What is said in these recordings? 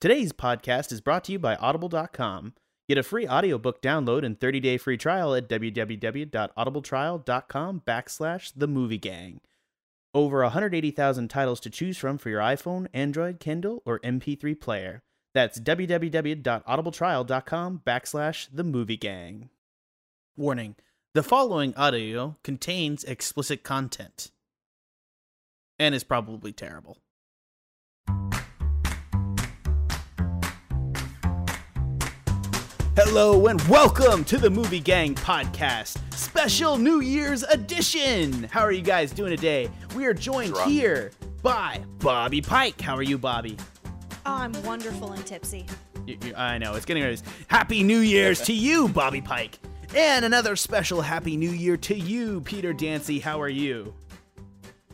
Today's podcast is brought to you by Audible.com. Get a free audiobook download and 30-day free trial at www.audibletrial.com backslash the movie gang. Over 180,000 titles to choose from for your iPhone, Android, Kindle, or MP3 player. That's www.audibletrial.com backslash the movie gang. Warning. The following audio contains explicit content and is probably terrible. Hello and welcome to the Movie Gang Podcast, special New Year's edition. How are you guys doing today? We are joined Drunk. here by Bobby Pike. How are you, Bobby? Oh, I'm wonderful and tipsy. You- you- I know it's getting ready. Happy New Year's to you, Bobby Pike, and another special Happy New Year to you, Peter Dancy. How are you?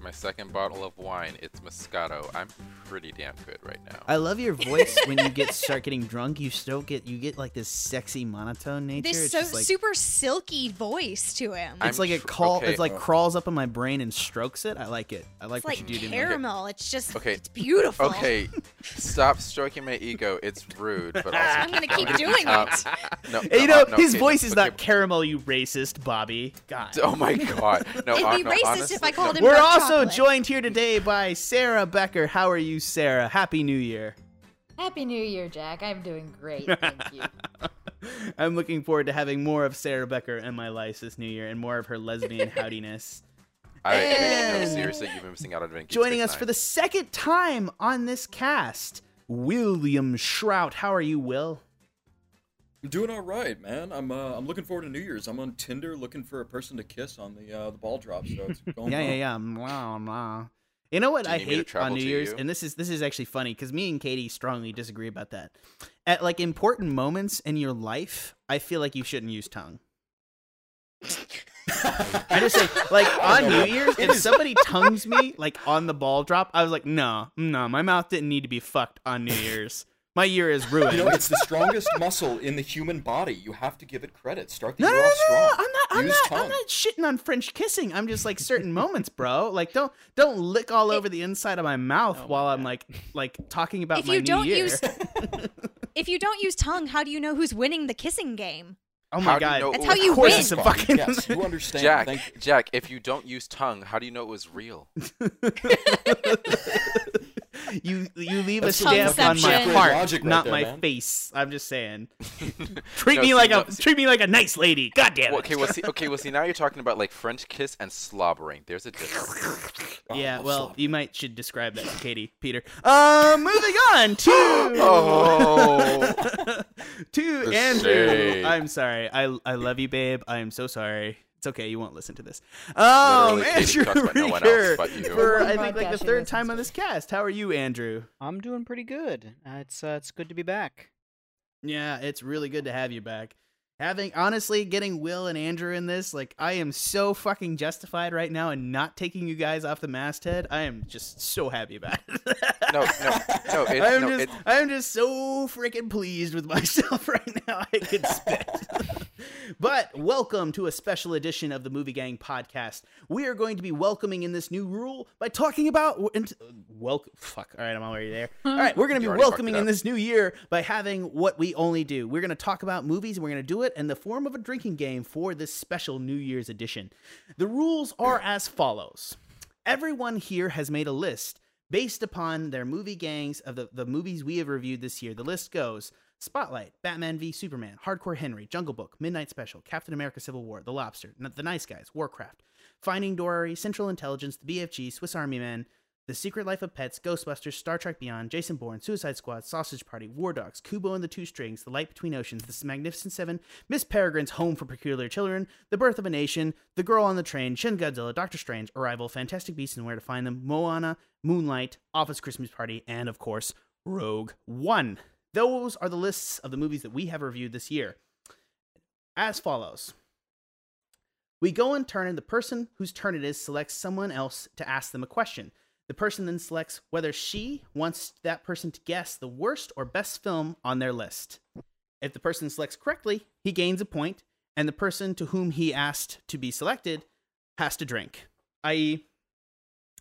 My second bottle of wine, it's Moscato. I'm pretty damn good right now. I love your voice when you get start getting drunk. You still get you get like this sexy monotone nature. This it's so just like, super silky voice to him. I'm It's like it tr- call. okay. uh, It's like crawls up in my brain and strokes it. I like it. I like it's what like you do to me. caramel. It's just Okay. it's beautiful. Okay, stop stroking my ego. It's rude, but also I'm gonna keep doing Um, it. no, And you no, know Oh, no, his okay, voice is okay, not caramel, you racist, Bobby. God. Oh my god! No, It'd hon- be no, racist honestly, if I called no. him We're dark also chocolate. joined here today by Sarah Becker. How are you, Sarah? Happy New Year. Happy New Year, Jack. I'm doing great. Thank you. I'm looking forward to having more of Sarah Becker in my life this New Year and more of her lesbian howdiness. I, I, no, And- seriously, you've been missing out on Vinky's Joining good us time. for the second time on this cast, William Shrout. How are you, Will? I'm doing all right, man. I'm uh, I'm looking forward to New Year's. I'm on Tinder looking for a person to kiss on the uh, the ball drop, so it's going Yeah, well. yeah, yeah. Mwah, mwah. You know what Do I you need me to hate on travel New to Year's, you? and this is this is actually funny because me and Katie strongly disagree about that. At like important moments in your life, I feel like you shouldn't use tongue. I just say like on New Year's, if somebody tongues me like on the ball drop, I was like, no, no, my mouth didn't need to be fucked on New Year's. My year is ruined. You know, it's the strongest muscle in the human body. You have to give it credit. Start the No, no, year no, off no, no, strong. I'm not. I'm Use not. I'm tongue. not shitting on French kissing. I'm just like certain moments, bro. Like don't don't lick all over the inside of my Oh mouth while I'm like like talking about If my you new don't year. use- If you don't use tongue, how do you know who's winning the kissing game? oh How my do you god, know it That's was how you of course win. it's a fucking. Yes, you understand. Jack, Thank you. Jack, if you don't use tongue, how do you know it was real? you you leave a That's some stamp on my fucking heart, logic right not there, my man. face. I'm just saying. treat No, me see, like no, a see- treat me like a nice lady. God damn it. Well, okay, well, see, okay, well, see, now you're talking about like French kiss and slobbering. There's a difference. yeah, Oh, well, sloppy. you might should describe that to Katie, Peter. Um, moving on to Oh. to The Andrew. shade. I'm sorry. I I love you, babe. I am so sorry. It's okay. You won't listen to this. Um, Literally, Katie Andrew talks about no one Rieger else but you. for One I think like the podcast she third time listens on this to. cast. How are you, Andrew? I'm doing pretty good. Uh, it's uh, it's good to be back. Yeah, it's really good to have you back. Having honestly getting Will and Andrew in this, like I am so fucking justified right now in not taking you guys off the masthead. I am just so happy about it. No, no, no. It, I am no, just it- I am just so freaking pleased with myself right now. I could spit. but welcome to a special edition of the Movie Gang podcast. We are going to be welcoming in this new rule by talking about and, welcome. Fuck. All right, I'm already there. All right, we're going to be You already fucked welcoming it in up. this new year by having what we only do. We're going to talk about movies and we're going to do it in the form of a drinking game for this special New Year's edition. The rules are as follows. Everyone here has made a list based upon their movie gangs of the, the movies we have reviewed this year. The list goes Spotlight, Batman v Superman, Hardcore Henry, Jungle Book, Midnight Special, Captain America Civil War, The Lobster, N- The Nice Guys, Warcraft, Finding Dory, Central Intelligence, The BFG, Swiss Army Man, The Secret Life of Pets, Ghostbusters, Star Trek Beyond, Jason Bourne, Suicide Squad, Sausage Party, War Dogs, Kubo and the Two Strings, The Light Between Oceans, The Magnificent Seven, Miss Peregrine's Home for Peculiar Children, The Birth of a Nation, The Girl on the Train, Shin Godzilla, Doctor Strange, Arrival, Fantastic Beasts and Where to Find Them, Moana, Moonlight, Office Christmas Party, and of course, Rogue One. Those are the lists of the movies that we have reviewed this year. As follows. We go in turn, and the person whose turn it is selects someone else to ask them a question. The person then selects whether she wants that person to guess the worst or best film on their list. If the person selects correctly, he gains a point, and the person to whom he asked to be selected has to drink, e, i.e.,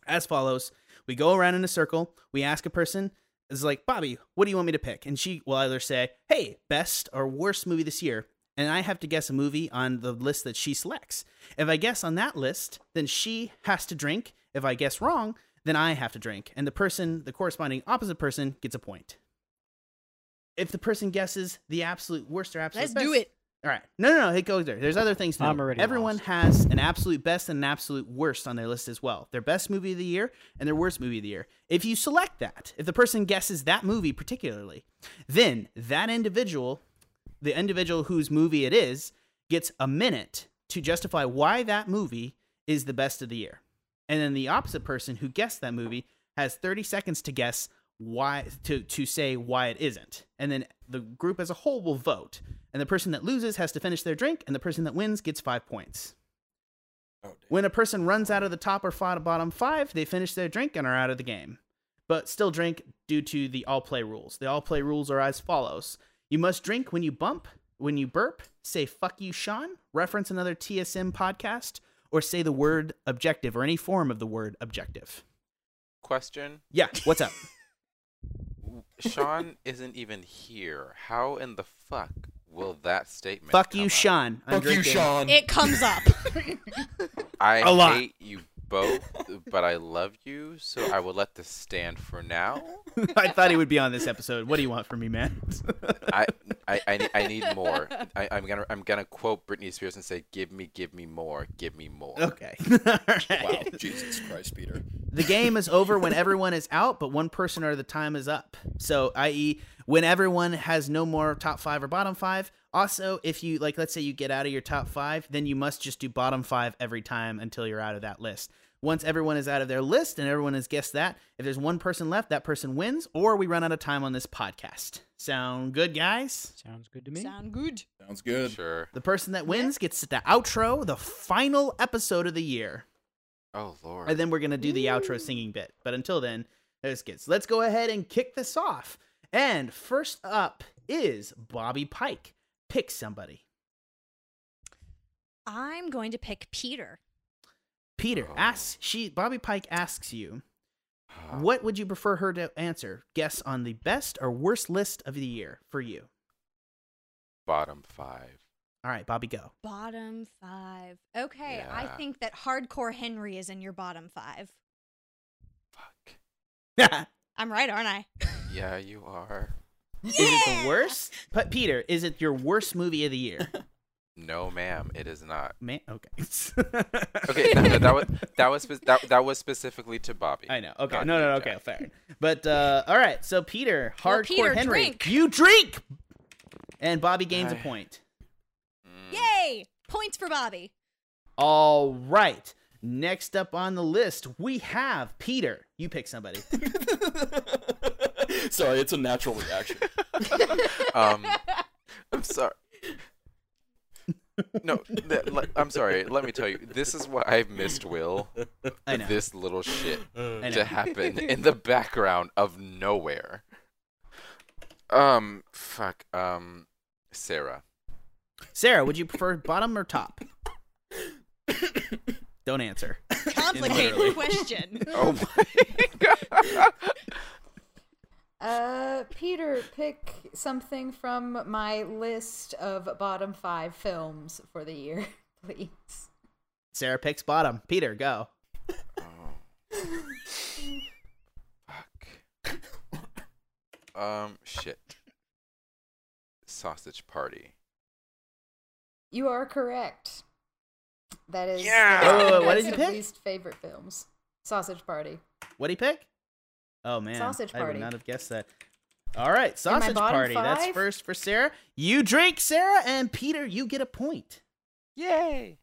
as follows. We go around in a circle. We ask a person is like, Bobby, what do you want me to pick? And she will either say, hey, best or worst movie this year. And I have to guess a movie on the list that she selects. If I guess on that list, then she has to drink. If I guess wrong, then I have to drink. And the person, the corresponding opposite person, gets a point. If the person guesses the absolute worst or absolute Let's best, do it. all right. No, no, no. It goes there. There's other things to I'm know. already Everyone lost. has an absolute best and an absolute worst on their list as well. Their best movie of the year and their worst movie of the year. If you select that, if the person guesses that movie particularly, then that individual, the individual whose movie it is, gets a minute to justify why that movie is the best of the year. And then the opposite person who guessed that movie has 30 seconds to guess why to to say why it isn't. And then the group as a whole will vote. And the person that loses has to finish their drink and the person that wins gets 5 points. Oh, damn. When a person runs out of the top or fi- bottom 5, they finish their drink and are out of the game. But still drink due to the all play rules. The all play rules are as follows. You must drink when you bump, when you burp, say fuck you Sean, reference another TSM podcast or say the word objective or any form of the word objective. Question: Yeah, what's up? W- Sean isn't even here. How in the fuck will that statement? Fuck come you, up? Sean. I'm Fuck you, drinking. Sean. It comes up. I A lot. hate you both, but I love you, so I will let this stand for now. I thought he would be on this episode. What do you want from me, man? I, I, I, ne- I need more. I, I'm gonna I'm gonna quote Britney Spears and say, "Give me, give me more, give me more." okay. All right. Wow, Jesus Christ, Peter. The game is over when everyone is out, but one person or the time is up. So, i.e., when everyone has no more top five or bottom five. Also, if you like, let's say you get out of your top five, then you must just do bottom five every time until you're out of that list. Once everyone is out of their list and everyone has guessed that, if there's one person left, that person wins, or we run out of time on this podcast. Sound good, guys? Sounds good to me. Sound good. Sounds good. Sure. The person that wins gets the outro, the final episode of the year. Oh lord. And then we're going to do the outro singing bit. But until then, there's kids. Let's go ahead and kick this off. And first up is Bobby Pike. Pick somebody. I'm going to pick Peter. Peter Oh. asks she Bobby Pike asks you, Ah, "What would you prefer her to answer? Guess on the best or worst list of the year for you." Bottom five. All right, Bobby go. Bottom five. Okay, I Yeah. think that Hardcore Henry is in your bottom five. Fuck. I'm right, aren't I? Yeah, you are. Is it the worst? But Peter, is it your worst movie of the year? No, ma'am, it is not. Man, okay. Okay, no, no, that was that was spe- that, that was specifically to Bobby. I know. Okay. Not No, you, no, no. Jack. Okay, fair. But uh, all right. So Peter, hardcore Well, Peter, Henry, drink. you drink, and Bobby gains a I- point. Mm, Yay! Points for Bobby. All right. Next up on the list, we have Peter. You pick somebody. Sorry, it's a natural reaction. Um, I'm sorry. No, th- le- I'm sorry. Let me tell you, this is what I've missed, Will. I know. This little shit I know. to happen in the background of nowhere. Um, fuck. Um, Sarah. Sarah, would you prefer bottom or top? Don't answer. Complicated question. Oh my. Uh, Peter, pick something from my list of bottom five films for the year, please. Sarah picks bottom. Peter, go. Fuck. Um, shit. Sausage party. You are correct. That is Yeah! Wait, wait, wait, my what did you pick? least favorite films. Sausage Party. What do you pick? Oh man, Sausage I would party. not have guessed that. All right, sausage bottom party. That's five? first for Sarah. You drink, Sarah, and Peter, you get a point. Yay!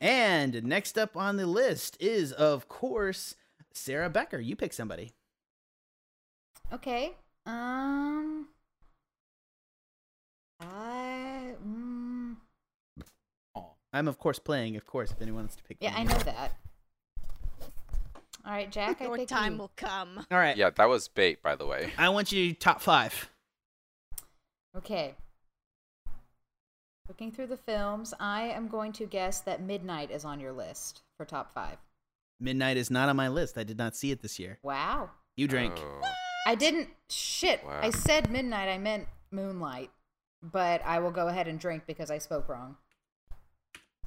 And next up on the list is, of course, Sarah Becker. You pick somebody. Okay. Um. I. Mm, I'm, of course, playing. Of course, if anyone wants to pick. yeah, me. I know that. All right, Jack. I Your pick time you. will come. All right. Yeah, that was bait, by the way. I want you to top five. Okay. Looking through the films, I am going to guess that Midnight is on your list for top five. Midnight is not on my list. I did not see it this year. Wow. You drink. Oh. I didn't. Shit. Wow. I said midnight. I meant moonlight. But I will go ahead and drink because I spoke wrong.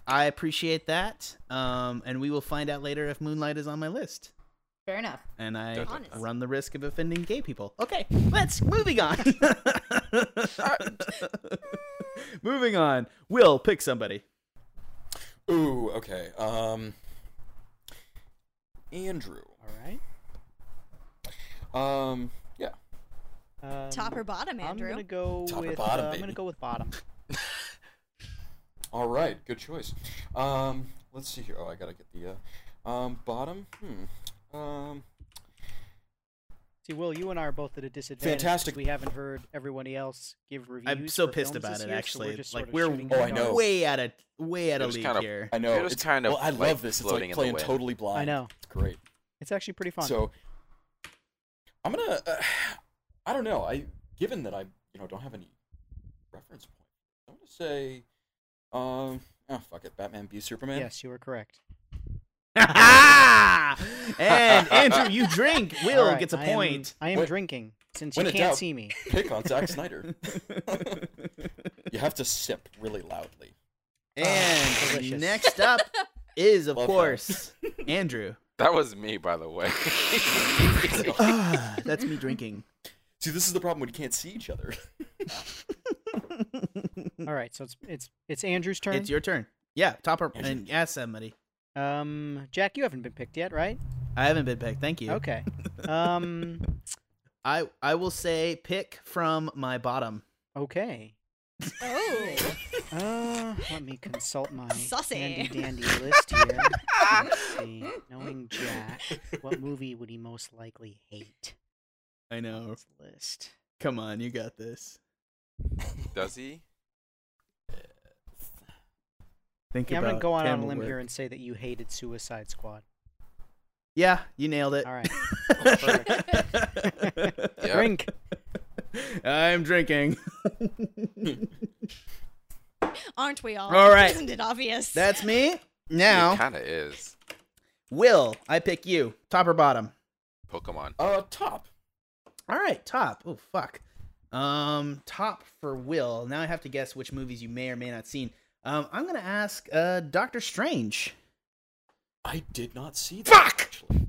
I appreciate that. Um, and we will find out later if Moonlight is on my list. Fair enough. And I Dun, dun, dun. run the risk of offending gay people. Okay, let's moving on. moving on. Will pick somebody. Ooh, okay. Um, Andrew. All right. Um, yeah. Um, Top or bottom, I'm Andrew? gonna go Top or with. bottom, uh, I'm gonna baby. go with bottom. All right, good choice. Um, let's see here. Oh, I gotta get the uh, um bottom. Hmm. Um, See, Will, you and I are both at a disadvantage. 'cause Fantastic. We haven't heard everybody else give reviews. I'm so for pissed films about this it. year, so actually, we're just like sort of we're shooting in the Oh, I know. dark. way out of way out It of was league kind of- here. I know It was it's kind of Well, I like love this. It's floating like in the playing wind. totally blind. I know. It's great. It's actually pretty fun. So I'm gonna. Uh, I don't know. I given that I you know don't have any reference point, I'm gonna say. Um. Oh fuck it. Batman v Superman. yes, you were correct. and Andrew, you drink. Will All right, gets a I am- point. I am When- drinking since when you in can't doubt. see me. Pick on Zack Snyder. you have to sip really loudly. Ah, and delicious. next up is, of Love that. course, Andrew. That was me, by the way. Ah, that's me drinking. See, this is the problem when you can't see each other. All right, so it's it's it's Andrew's turn. It's your turn. Yeah, topper Andrew. and ask somebody. Um, Jack, you haven't been picked yet, right? I haven't been picked. Thank you. Okay. Um. I I will say pick from my bottom. Okay. Oh. Uh, let me consult my Saucy. handy dandy list here. Let's see. Knowing Jack, what movie would he most likely hate? I know. His list. Come on, you got this. Does he? Think Yeah, I'm gonna about go out on a camera limb work. here and say that you hated Suicide Squad. Yeah, you nailed it. All right, Oh, Yeah. drink. I'm drinking. Aren't we all? All right. Isn't it obvious? That's me. It Now, kind of is. Will, I pick you. Top or bottom? Pokemon. Uh, top. All right, top. Oh fuck. Um, top for Will. Now I have to guess which movies you may or may not seen. Um, I'm gonna ask uh Doctor Strange. I did not see that. Fuck! Actually.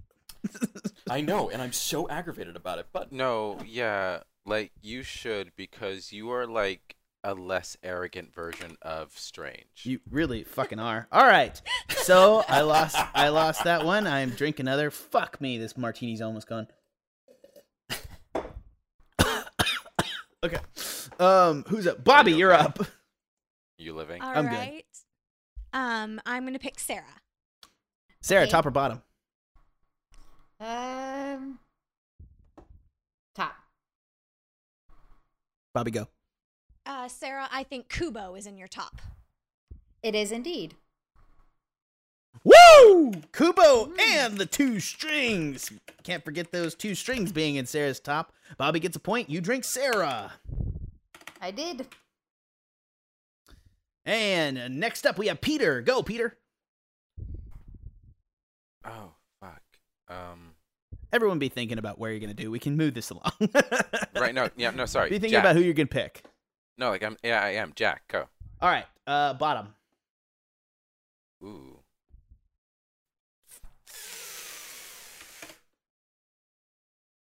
I know, and I'm so aggravated about it. But No, yeah, like you should because you are like a less arrogant version of Strange. You really fucking are. All right. So I lost. I lost that one. I'm drinking another. Fuck me. This martini's almost gone. okay. Um, who's up? Bobby, you're up. You living? All I'm good. right. Um, I'm gonna pick Sarah. Sarah, Okay. top or bottom? Um. Top. Bobby, go. Uh, Sarah, I think Kubo is in your top. It is indeed. Woo! Kubo and the two strings. Can't forget those two strings being in Sarah's top. Bobby gets a point. You drink Sarah. I did. And next up, we have Peter. Go, Peter. Oh, fuck. Um, Everyone be thinking about where you're going to do. We can move this along. right, no, yeah, no, sorry. Be thinking Jack. about who you're going to pick. No, like I'm, yeah, I am. Jack, go. All right, uh, bottom. Ooh.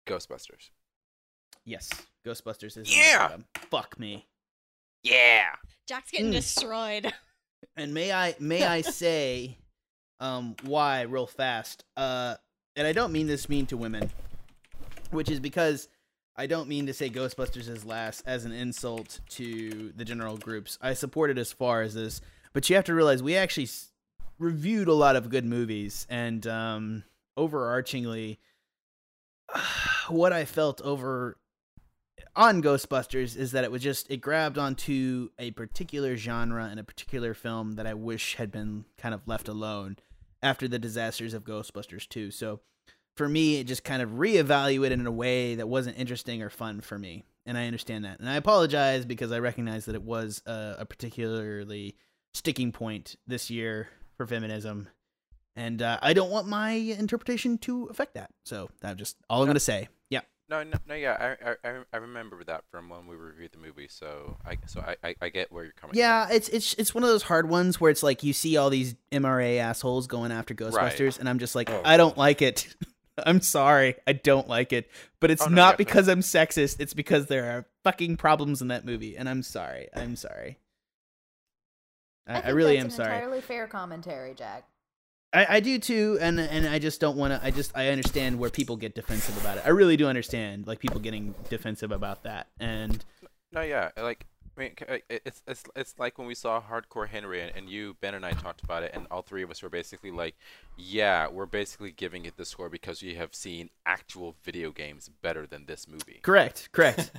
Ghostbusters. Yes, Ghostbusters is. Yeah! Bottom. Fuck me. Yeah! Jack's getting Mm. destroyed. And may I may I say, um, why real fast? Uh, and I don't mean this mean to women, which is because I don't mean to say Ghostbusters is last as an insult to the general groups. I support it as far as this, but you have to realize we actually s- reviewed a lot of good movies, and um, overarchingly, what I felt over on Ghostbusters is that it was just it grabbed onto a particular genre and a particular film that I wish had been kind of left alone after the disasters of Ghostbusters 2. So for me, it just kind of reevaluated in a way that wasn't interesting or fun for me. And I understand that. And I apologize because I recognize that it was a, a particularly sticking point this year for feminism. And uh, I don't want my interpretation to affect that. So that's just all I'm going to say. Yeah. No, no, no yeah, I, I- I, rem- I remember that from when we reviewed the movie. So I, so I, I, I get where you're coming. Yeah, it's it's it's one of those hard ones where it's like you see all these MRA assholes going after Ghostbusters, and I'm just like, Oh, I don't like it. I'm sorry, I don't like it. But it's Oh, no, not definitely. because I'm sexist. It's because there are fucking problems in that movie, and I'm sorry. I'm sorry. I, I, think really that's am an sorry. Entirely fair commentary, Jack. I, I do too, and and I just don't want to. I just I understand where people get defensive about it. I really do understand like people getting defensive about that, and No, yeah, like I mean, c- uh, it- it's it's it's like when we saw Hardcore Henry and, and you, Ben, and I talked about it, and all three of us were basically like, yeah, we're basically giving it the score because we have seen actual video games better than this movie. correct, correct.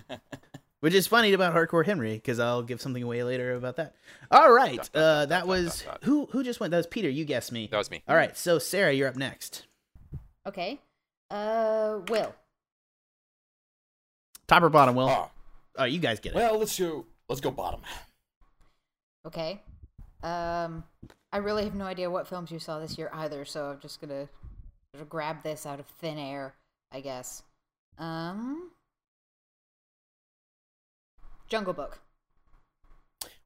Which is funny about Hardcore Henry because I'll give something away later about that. All right, Dot, dot, uh, dot, that dot, was dot, dot. who who just went. That was Peter. You guessed me. That was me. All right, so Sarah, you're up next. Okay. Uh, Will. Top or bottom? Will? Ah, oh, you guys get it. well, let's go. Let's go bottom. Okay. Um, I really have no idea what films you saw this year either, so I'm just gonna sort of grab this out of thin air, I guess. Um, Jungle Book.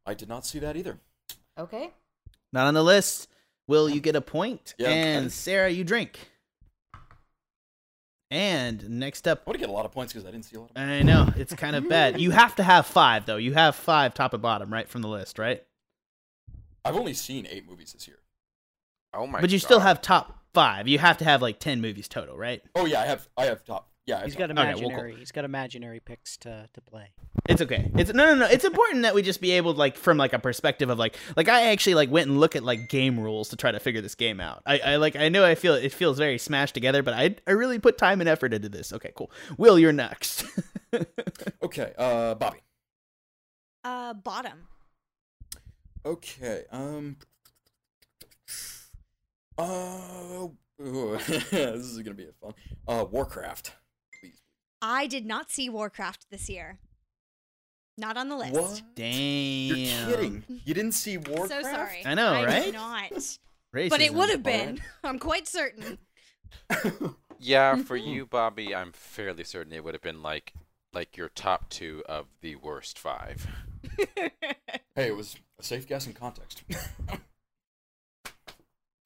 I did not see that either. Okay. Not on the list. Will you get a point? Yeah, I and did. Sarah, you drink. And next up I want to get a lot of points because I didn't see a lot of. I know it's kind of bad. You have to have five though. You have five top and bottom, right, from the list, right? Oh I've only seen eight movies this year. Oh my. but you still God. have top five. You have to have like ten movies total, right? Oh yeah, I have. I have top. Yeah, I have He's top. got Okay, well, cool. imaginary. He's got imaginary picks to, to play. It's okay. It's no, no, no. It's important that we just be able, like, from like a perspective of like, like I actually like went and look at like game rules to try to figure this game out. I, I like, I know I feel it feels very smashed together, but I, I really put time and effort into this. Okay, cool. Will, you're next. Okay, uh, Bobby. Uh, bottom. Okay. Um. Uh, ooh, this is gonna be a fun. Uh, Warcraft. I did not see Warcraft this year. Not on the list. What? Damn. You're kidding? You didn't see Warcraft? So sorry. I know, I right? did not. but it Racism. would have been. I'm quite certain. Yeah, for you, Bobby, I'm fairly certain it would have been like like your top two of the worst five. Hey, it was a safe guess in context.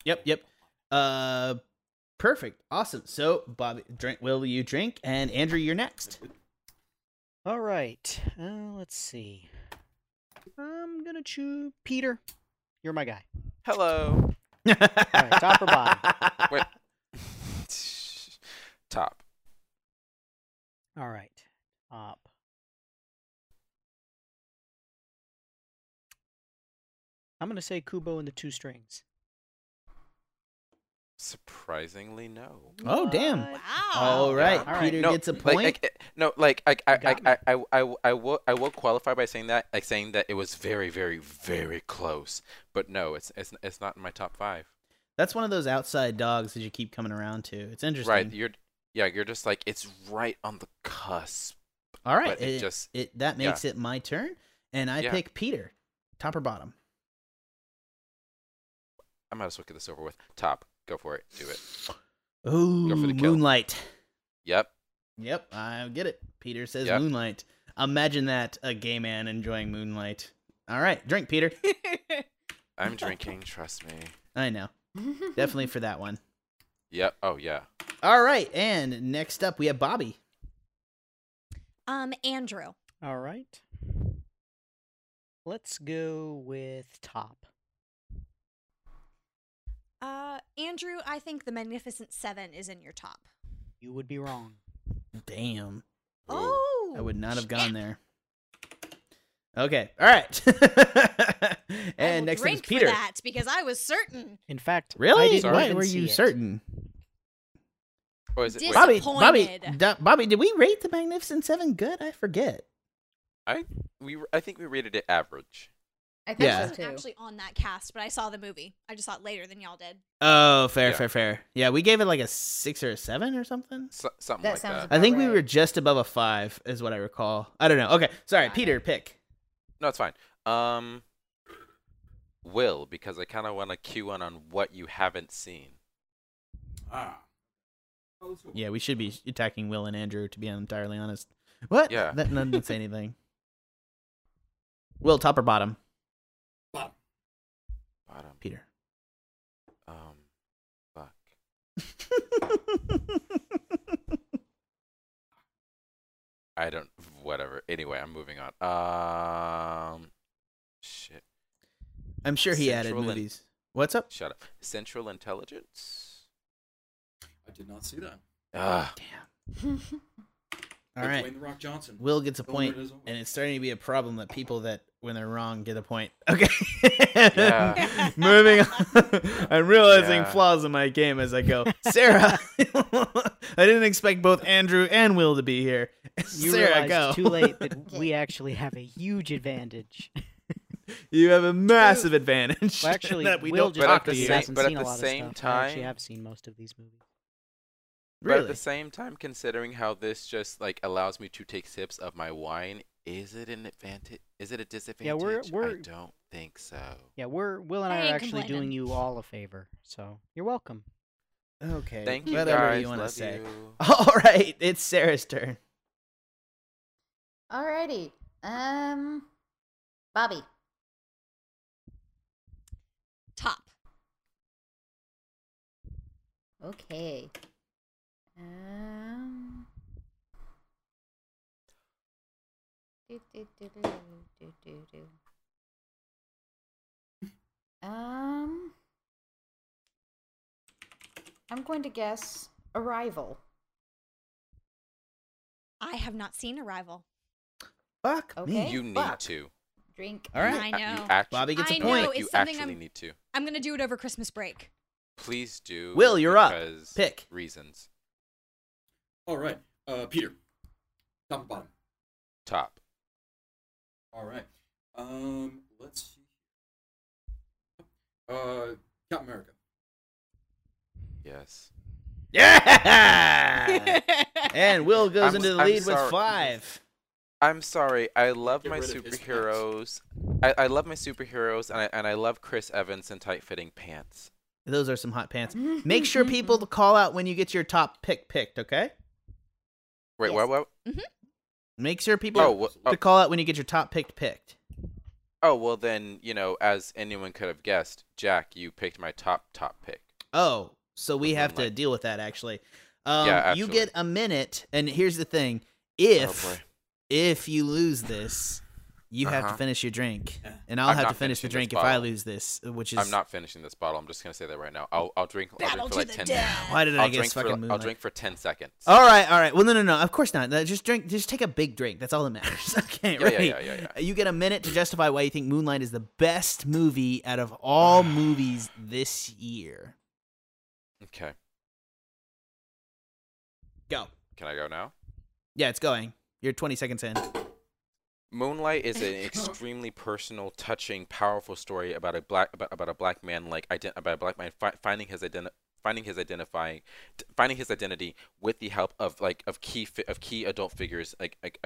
Yep, yep. Uh, perfect. Awesome. So, Bobby, drink. Will you drink? And Andrew, you're next. All right. Uh, let's see. I'm gonna choose Peter. You're my guy. Hello. top or bottom? Wait. top. All right. Up. I'm gonna say Kubo and the Two Strings. Surprisingly, no. Oh, damn. What? wow. All right, All right. Peter No, gets a like, point. Like, eh, no, like I, I, I, Got I, I, I, will- I will, I will qualify by saying that, like saying that it was very, very, very close. But no, it's, it's, it's not in my top five. That's one of those outside dogs that you keep coming around to. It's interesting. Right? You're, yeah, you're just like it's right on the cusp. All right. but it It, just- it that yeah. makes it my turn, and I Yeah. pick Peter, top or bottom. I might as well get this over with. Top, go for it, do it. Ooh, the kill. moonlight. Yep. Yep, I get it. Peter says Yep. moonlight. Imagine that a gay man enjoying moonlight. All right, drink, Peter. I'm drinking. trust me. I know, definitely for that one. Yep. Oh yeah. All right, and next up we have Bobby. Um, Andrew. All right. Let's go with top. Uh, Andrew, I think the Magnificent Seven is in your top. You would be wrong. Damn, Oh, I would not have gone there. Okay, all right. and next up is drink for Peter. that because I was certain. In fact, I Really? didn't Sorry. Why even were you see it. certain? Oh, is it? wait, Bobby, Bobby, Disappointed. da- Bobby, did we rate the Magnificent Seven good? I forget. I we I think we rated it average. I think Yeah. I so wasn't too. actually on that cast, but I saw the movie. I just saw it later than y'all did. Oh, fair, Yeah. fair, fair. Yeah, we gave it like a six or a seven or something. So, something That like sounds that. about- I think we right. were just above a five, is what I recall. I don't know. Okay, sorry, I Peter, pick. No, it's fine. Um, Will, because I kind of want to cue in on what you haven't seen. ah. Yeah, we should be attacking Will and Andrew, to be entirely honest. What? Yeah. That that didn't say anything. Will, top or bottom? Bottom. Peter. Um. Fuck. I don't. Whatever. Anyway, I'm moving on. Um. Shit. I'm sure he added Central and- movies. What's up? Shut up. Central Intelligence. I did not see that. Ah. All right. Dwayne the Rock Johnson. Will gets a Don't worry, point, it is over. and it's starting to be a problem that people that when they're wrong get a point. Okay. Yeah. Moving on. I'm realizing Yeah. flaws in my game as I go. Sarah, I didn't expect both Andrew and Will to be here. You Sarah, realize go. too late that we actually have a huge advantage. You have a massive advantage. Well, actually, that we Will don't just But at talk the to you. same- hasn't but at seen the a lot same of stuff. I actually time- have seen most of these movies. But at Really? the same time, considering how this just like allows me to take sips of my wine, is it an advantage? Is it a disadvantage? we're- I we're- don't think so. Yeah, we're Will and I I are ain't actually complaining. doing you all a favor, so you're welcome. Okay. Thank you whatever guys. you want to Love say. you. All right, it's Sarah's turn. Alrighty. Um, Bobby. Top. Okay. Um. Do, do, do, do, do, do, do. Um. I'm going to guess Arrival. I have not seen Arrival. Fuck Okay. me. You need Fuck. to. Drink. All right. I Uh, you know. actu- Bobby gets a I point. know, You it's something actually I'm, need to. I'm going to do it over Christmas break. Please do. Will, you're up. because Pick. Reasons. All right, uh, Peter. Top and bottom. Top. All right. Um, let's see. Uh, Captain America. Yes. Yeah. and Will goes I'm- into the I'm lead sorry. with five. I'm sorry. I love Get my rid of his superheroes. I, I love my superheroes, and I, and I love Chris Evans in tight fitting pants. Those are some hot pants. Make sure people to call out when you get your top pick picked. Okay. Wait, Yes. what? What? Make sure people Oh, well, oh, to call out when you get your top picked picked. oh, well, then you know, as anyone could have guessed, Jack, you picked my top top pick. Oh, so we Something have to like- deal with that actually. Um, Yeah, you absolutely. get a minute, and here's the thing: oh boy. if if you lose this, you have to Uh-huh. finish your drink, Yeah. and I'll I'm have not to finish the finishing this drink if I bottle. lose this, which is I'm not finishing this bottle. I'm just gonna say that right now. I'll I'll drink. I'll Battle drink to for like the ten. death. Why did I I'll guess drink for fucking li- I'll Moonlight? Oh. drink for ten seconds. All right, all right. Well, no, no, no. Of course not. Uh, Just drink. Just take a big drink. That's all that matters. Okay, Yeah, yeah, right. yeah, yeah, yeah. Uh, You get a minute to justify why you think Moonlight is the best movie out of all movies this year. Okay. Go. Can I go now? Yeah, it's going. You're 20 seconds in. Moonlight is an extremely personal, touching, powerful story about a black about, about a black man like ident- about a black man fi- finding his identi- finding his identifying t- finding his identity with the help of like of key fi- of key adult figures like, like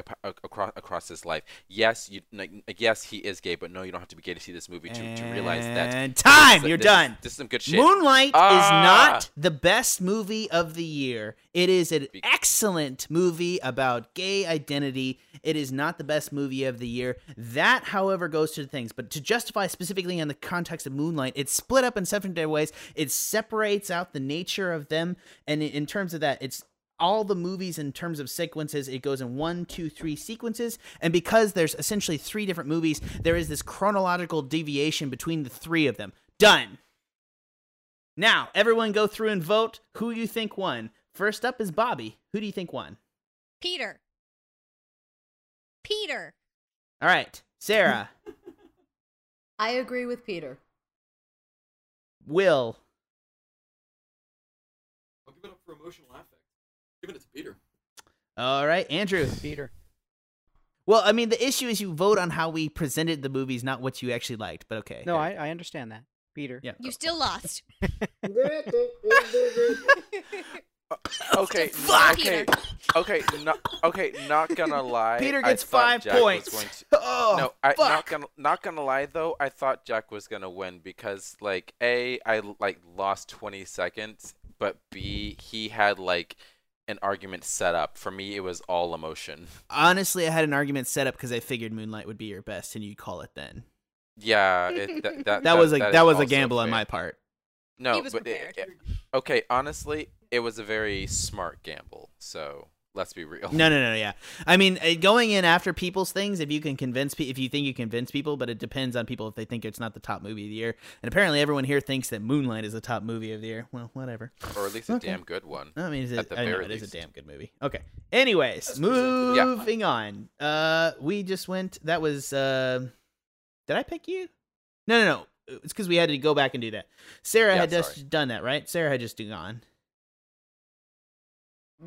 across across his life. Yes, you like, yes he is gay, but no, you don't have to be gay to see this movie to, to realize that. And this time! is- You're this is- done. this is some good shit. Moonlight is Ah! not the best movie of the year. It is an Be- excellent movie about gay identity. It is not the best movie of the year. That, however, goes to things. But to justify specifically in the context of Moonlight, it's split up in seven different ways. It separates out the nature of them. And in- in terms of that, it's all the movies in terms of sequences it goes in one two three sequences and because there's essentially three different movies there is this chronological deviation between the three of them done now, everyone go through and vote who you think won. First up is Bobby. Who do you think won? Peter. Peter. All right, Sarah, I agree with Peter. Will, I'll give it up for emotional affect. Giving it to Peter. all right, Andrew. Peter. Well, I mean, the issue is you vote on how we presented the movies, not what you actually liked, but okay. No, I, I understand that. Peter. Yeah. You still lost. Okay. Fuck, okay. Peter. Okay. Not, okay. Not gonna lie. Peter I gets thought five Jack was points. going to- oh, no, I fuck. not gonna not gonna lie though. I thought Jack was gonna win because like a I like lost twenty seconds but B, he had like an argument set up. For me, it was all emotion. Honestly, I had an argument set up because I figured Moonlight would be your best, and you call it then. Yeah, it, that, that, That, was a is that, was a also gamble on fair. my part. No, He was but it- prepared. it- okay, honestly, it was a very smart gamble. So let's be real. No, no, no, no, yeah. I mean, uh, going in after people's things, if you can convince, pe- if you think you convince people, but it depends on people if they think it's not the top movie of the year. And apparently, everyone here thinks that Moonlight is the top movie of the year. Well, whatever. Or at least a Okay. damn good one. I mean, is it, At the I know very it is a least. damn good movie. Okay. Anyways, presented. Yeah. moving on. Uh, we just went. That was. Uh, did I pick you? No, no, no. It's because we had to go back and do that. Sarah Yeah, had sorry. just done that, right? Sarah had just gone.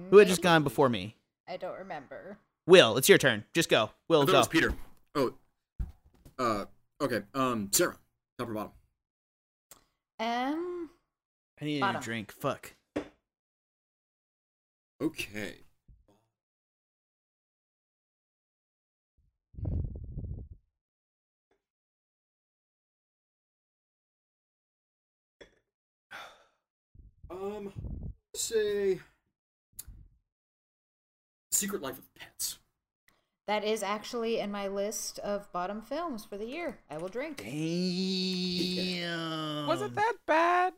Who had just Maybe? gone before me? Mm-hmm. I don't remember. Will, it's your turn. Just go. Will, I thought go. it was Peter. Oh, uh, okay. Um, Sarah, top or bottom? Um, I need a Bottom. new drink. Fuck. Okay. Um, say Secret Life of Pets. that is actually in my list of bottom films for the year. I will drink. Damn. Was it that bad?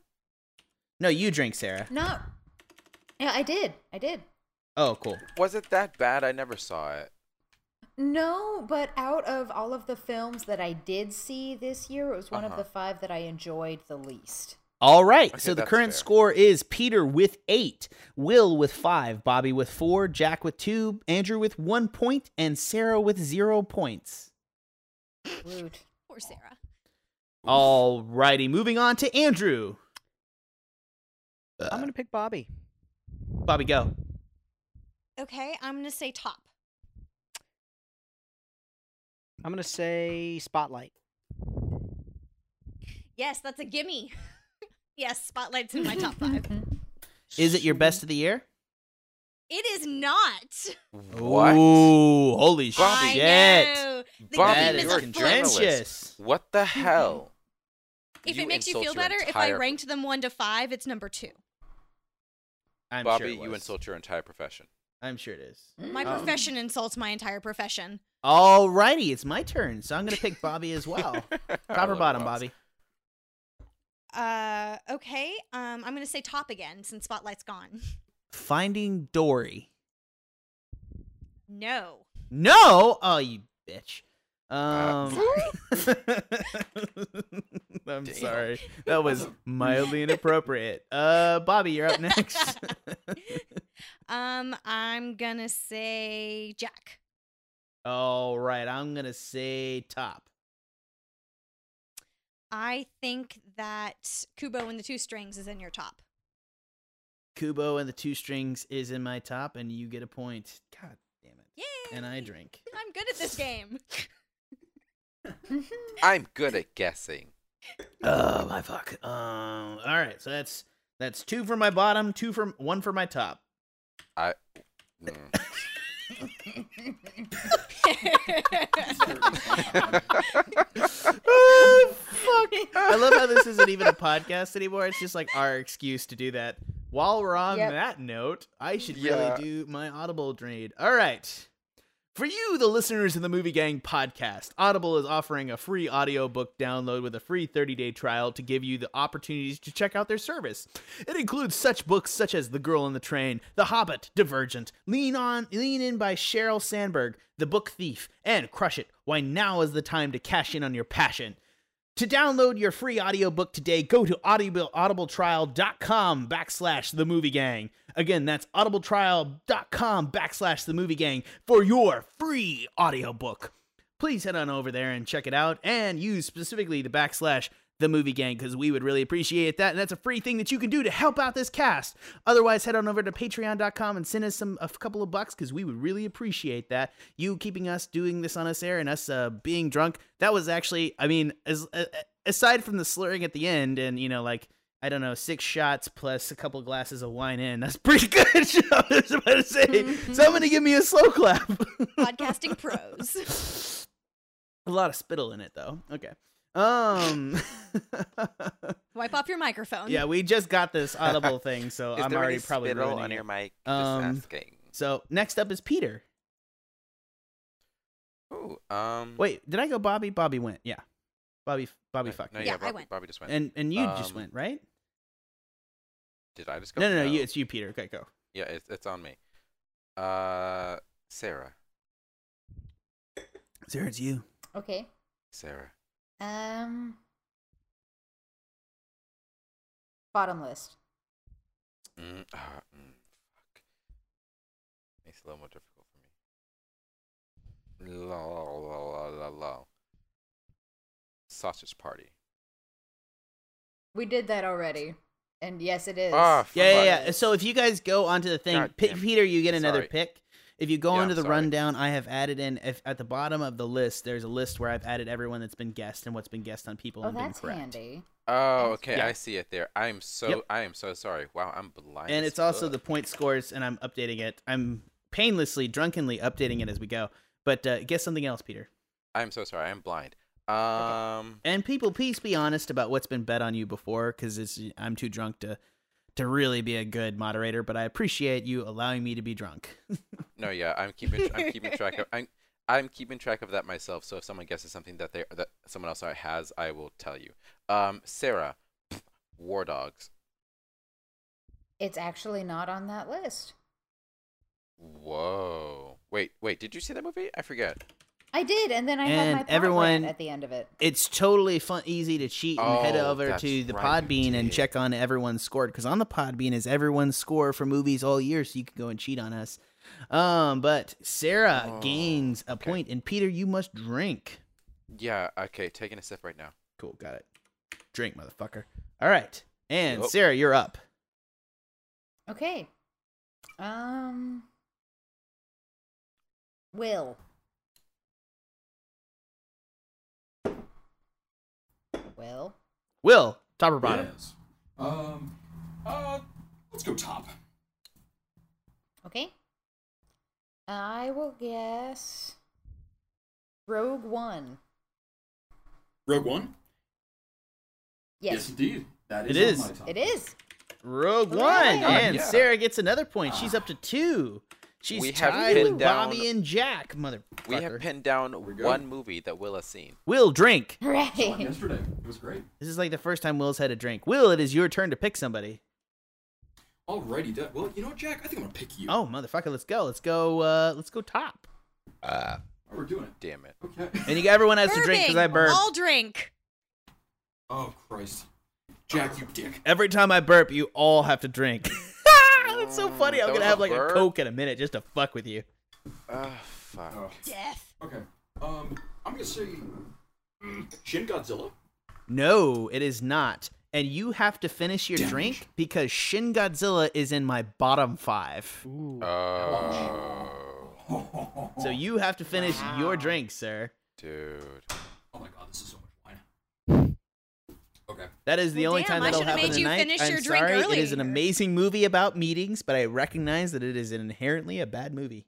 No, you drink, Sarah. No. Yeah, I did. I did. Oh, cool. Was it that bad? I never saw it. No, but out of all of the films that I did see this year, it was one of Uh-huh. the five that I enjoyed the least. All right. Okay, so the that's current fair. score is Peter with eight, Will with five, Bobby with four, Jack with two, Andrew with one point, and Sarah with zero points. Rude. Poor Sarah. All righty. Moving on to Andrew. I'm gonna pick Bobby. Bobby, go. Okay, I'm gonna say top. I'm gonna say Spotlight. Yes, that's a gimme. yes, Spotlight's in my top five. Is it your best of the year? It is not. What? Ooh, holy Bobby. I shit. know. The Bobby, game that is is you're a journalist. flip. contentious. What the hell? Mm-hmm. If You it makes you insult feel your better, if I entire- ranked them one to five, it's number two. I'm Bobby, sure it you was. insult your entire profession. I'm sure it is. My profession insults my entire profession. All righty. It's my turn. So I'm going to pick Bobby as well. Top or bottom, Bobby? Uh, okay. Um, I'm gonna say top again since Spotlight's gone. Finding Dory. No. No. Oh, you bitch. Uh, Um, I'm Damn. sorry. That was mildly inappropriate. Uh, Bobby, you're up next. Um, I'm gonna say Jack. All right, I'm gonna say top. I think that Kubo and the Two Strings is in your top. Kubo and the two strings is in my top, and you get a point. God damn it! Yay! And I drink. I'm good at this game. I'm good at guessing. Oh my fuck. Um. All right, so that's that's two for my bottom, two for one for my top. Mm. I love how this isn't even a podcast anymore. It's just like our excuse to do that. While we're on Yep. that note, I should Yeah. really do my Audible trade. All right. For you, the listeners of the Movie Gang podcast, Audible is offering a free audiobook download with a free 30 day trial to give you the opportunities to check out their service. It includes such books such as The Girl on the Train, The Hobbit, Divergent, Lean On, Lean In by Sheryl Sandberg, The Book Thief, and Crush It. Why now is the time to cash in on your passion. To download your free audiobook today, go to audible, audibletrial.com backslash the movie gang. Again, that's audibletrial.com backslash the movie gang for your free audiobook. Please head on over there and check it out and use specifically the backslash the movie gang because we would really appreciate that. And that's a free thing that you can do to help out this cast. Otherwise, head on over to patreon.com and send us some a couple of bucks because we would really appreciate that. You keeping us doing this on us air and us uh, being drunk. That was actually, I mean, as uh, aside from the slurring at the end and you know like. I don't know, six shots plus a couple glasses of wine in. That's pretty good. show, I was about to say, somebody give me a slow clap. Podcasting pros. A lot of spittle in it, though. Okay. Um. Wipe off your microphone. yeah, we just got this audible thing, so Is I'm there already any probably spittle ruining on it. your mic? Um, Just asking. So next up is Peter. Ooh, um, Wait, did I go Bobby? Bobby went. Yeah, Bobby. Bobby no, fucked. No, me. yeah, Yeah, I Bobby, went. Bobby just went. And and you just Um, went right? Did I just go? No, no, no. You, it's you, Peter. Okay, go. Yeah, it's, it's on me. Uh, Sarah. Sarah, it's you. Okay. Sarah. Um. Bottom list. Mm, ah, mm, fuck. Makes it a little more difficult for me. La la la la la. Sausage party. We did that already, and yes, it is. Ah, fuck. Yeah, yeah, yeah. So if you guys go onto the thing, God Pe- damn. Peter, you get another Sorry. pick. If you go Yeah, onto the sorry. rundown, I have added in if, at the bottom of the list. There's a list where I've added everyone that's been guessed and what's been guessed on people oh, and been that's correct. handy. Oh, Yes. okay. Yeah. I see it there. I am so. I am so sorry. Wow, I'm blind. and as it's also fuck. the point scores, and I'm updating it. I'm painlessly, drunkenly updating it as we go. But uh, guess something else, Peter. I'm so sorry. I'm blind. Um. And people, please be honest about what's been bet on you before, because I'm too drunk to to really be a good moderator. But I appreciate you allowing me to be drunk. No, yeah, I'm keeping. I'm keeping track of. I'm. I'm keeping track of that myself. So if someone guesses something that they that someone else has, I will tell you. Um, Sarah, war dogs. It's actually not on that list. Whoa. Wait, wait. Did you see that movie? I forget. I did, and then I had And my pot everyone- rant at the end of it. it's totally fun, easy to cheat and head Oh, over that's to the right, you Podbean and did. check on everyone's scored because on the Podbean is everyone's score for movies all year, so you can go and cheat on us. Um, but Sarah Oh, gains a okay. point, and Peter, you must drink. Yeah. Okay. Taking a sip right now. Cool, got it. Drink, motherfucker. All right, and Yup. Sarah, you're up. Okay. Um. Will. Will. Will top or bottom? Yes. Um, uh, let's go top. Okay. I will guess. Rogue One. Rogue One. Yes, indeed. That It is. on is. my top. it is. Rogue Hooray! One, God, and yeah. Sarah gets another point. She's up to two. She's Ah. We have tied pinned with down- Bobby and Jack, motherfucker. We have pinned down good. one movie that Will has seen. Will drink. Saw it Hooray. yesterday. It was great. This is like the first time Will's had a drink. Will, it is your turn to pick somebody. Alrighty, done. Well, you know what, Jack? I think I'm gonna pick you. Oh motherfucker, let's go. Let's go. Uh, let's go top. Ah, Oh, we're doing it. damn it. Okay. And you, everyone has to drink because I Burping. burp. All drink. Oh Christ, Jack, you dick. Every time I burp, you all have to drink. That's so funny. That I'm gonna was a have like burp? a coke in a minute just to fuck with you. Uh. Ah, fuck. Oh. Death. Okay. Um, I'm gonna say mm, Shin Godzilla. No, it is not. And you have to finish your Damn. drink because Shin Godzilla is in my bottom five. Ooh. Oh, So you have to finish your drink, sir. dude. Oh my God, this is so much wine. Okay. That is the Well, only damn, time I that'll should've happen made you tonight. finish I'm your drink sorry. It is earlier. an amazing movie about meetings, but I recognize that it is an inherently a bad movie.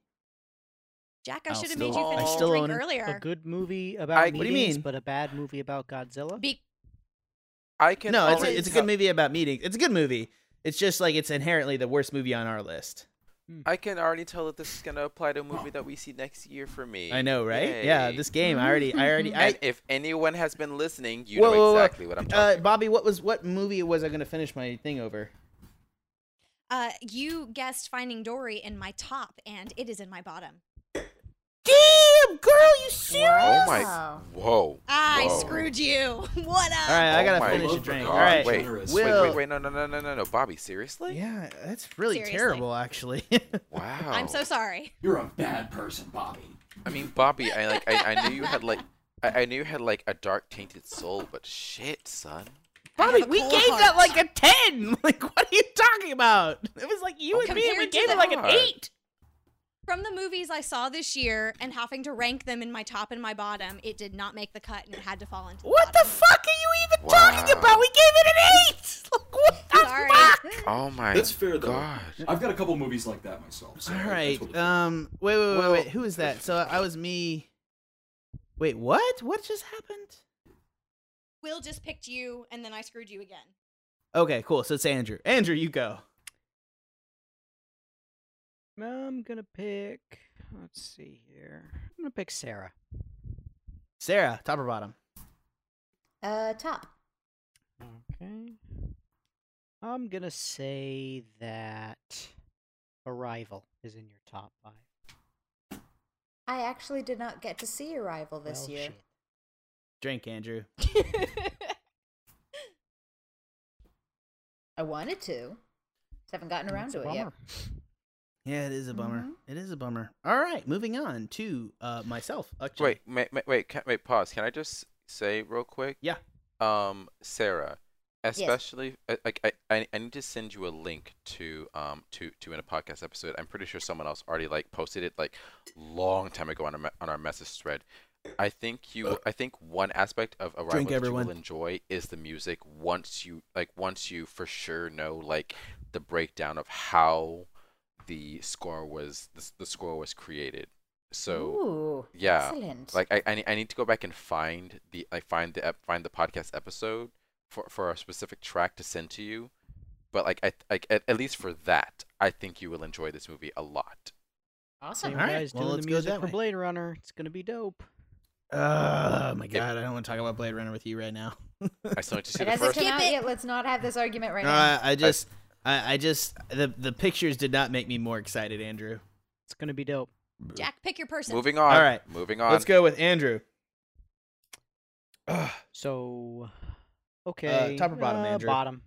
Jack, I I'll should have still- made you I finish still your own drink it. A A earlier. good movie about I- meetings, What do you mean? but a bad movie about Godzilla. Be- I can. No, it's a, already it's a tell- good movie about meetings. It's a good movie. It's just like it's inherently the worst movie on our list. I can already tell that this is gonna apply to a movie that we see next year for me. I know, right? Yeah, Yay. this game. I already, I already, I. And if anyone has been listening, you Whoa, know whoa, whoa. exactly what I'm Uh, talking. about. Bobby, what was what movie was I going to finish my thing over? Uh, you guessed Finding Dory in my top, and it is in my bottom. Damn, girl, you serious? Oh Wow. my! Whoa! I Whoa. screwed you. what up? All right, I Oh gotta my finish a God. drink. God, All right, wait, Will. Generous. Wait, wait, wait! No, no, no, no, no, no, Bobby! Seriously? Yeah, that's really Seriously. terrible, actually. Wow! I'm so sorry. You're a bad person, Bobby. I mean, Bobby, I like, I, I knew you had like, I, I knew you had like a dark tainted soul, but shit, son. Bobby, a we cold gave that like a ten. Like, what are you talking about? It was like you and me, and we Compared to gave the it like an car. eight. From the movies I saw this year and having to rank them in my top and my bottom, it did not make the cut and it had to fall into the What the bottom. fuck are you even Wow. talking about? We gave it an eight. Like, what the Sorry. fuck? Oh my! That's fair though. God. I've got a couple movies like that myself. So I- I All right. totally- Um. Wait. Wait. Wait. Well- wait. Who is that? So I was me. Wait. What? What just happened? Will just picked you, and then I screwed you again. Okay, cool. So it's Andrew. Andrew, you go. I'm gonna pick. Let's see here. I'm gonna pick Sarah. Sarah, top or bottom? Uh, top. Okay. I'm gonna say that Arrival is in your top five. I actually did not get to see Arrival this Well, year. shit. Drink, Andrew. I wanted to. Just haven't gotten around That's a to it yet. bummer. Yeah, it is a bummer. Mm-hmm. It is a bummer. All right, moving on to uh myself. Actually. Wait, wait, wait, wait, can, wait, pause. Can I just say real quick? Yeah. Um, Sarah, especially I- like I, I, I need to send you a link to um to to in a podcast episode. I'm pretty sure someone else already like posted it like long time ago on our me- on our message thread. I think you. I think one aspect of arrival Uh. Drink, that you everyone. will enjoy is the music. Once you like, once you for sure know like the breakdown of how the score was the, s- the score was created. So Ooh, yeah, excellent. like I, I need- I need to go back and find the like find the ep- find the podcast episode for for a specific track to send to you but like I like at, at least for that I think you will enjoy this movie a lot awesome. Same All right, guys well, doing let's the go music that for way. Blade Runner. It's gonna be dope. Oh my god, I don't want to talk about Blade Runner with you right now. I still need to see It the hasn't first come Skip out it. yet. Let's not have this argument right No, now. I, I just, I, I just, the the pictures did not make me more excited, Andrew. It's gonna be dope. Jack, pick your person. moving on All right, moving on Let's go with Andrew. So, okay. top or bottom, uh, Andrew? Bottom.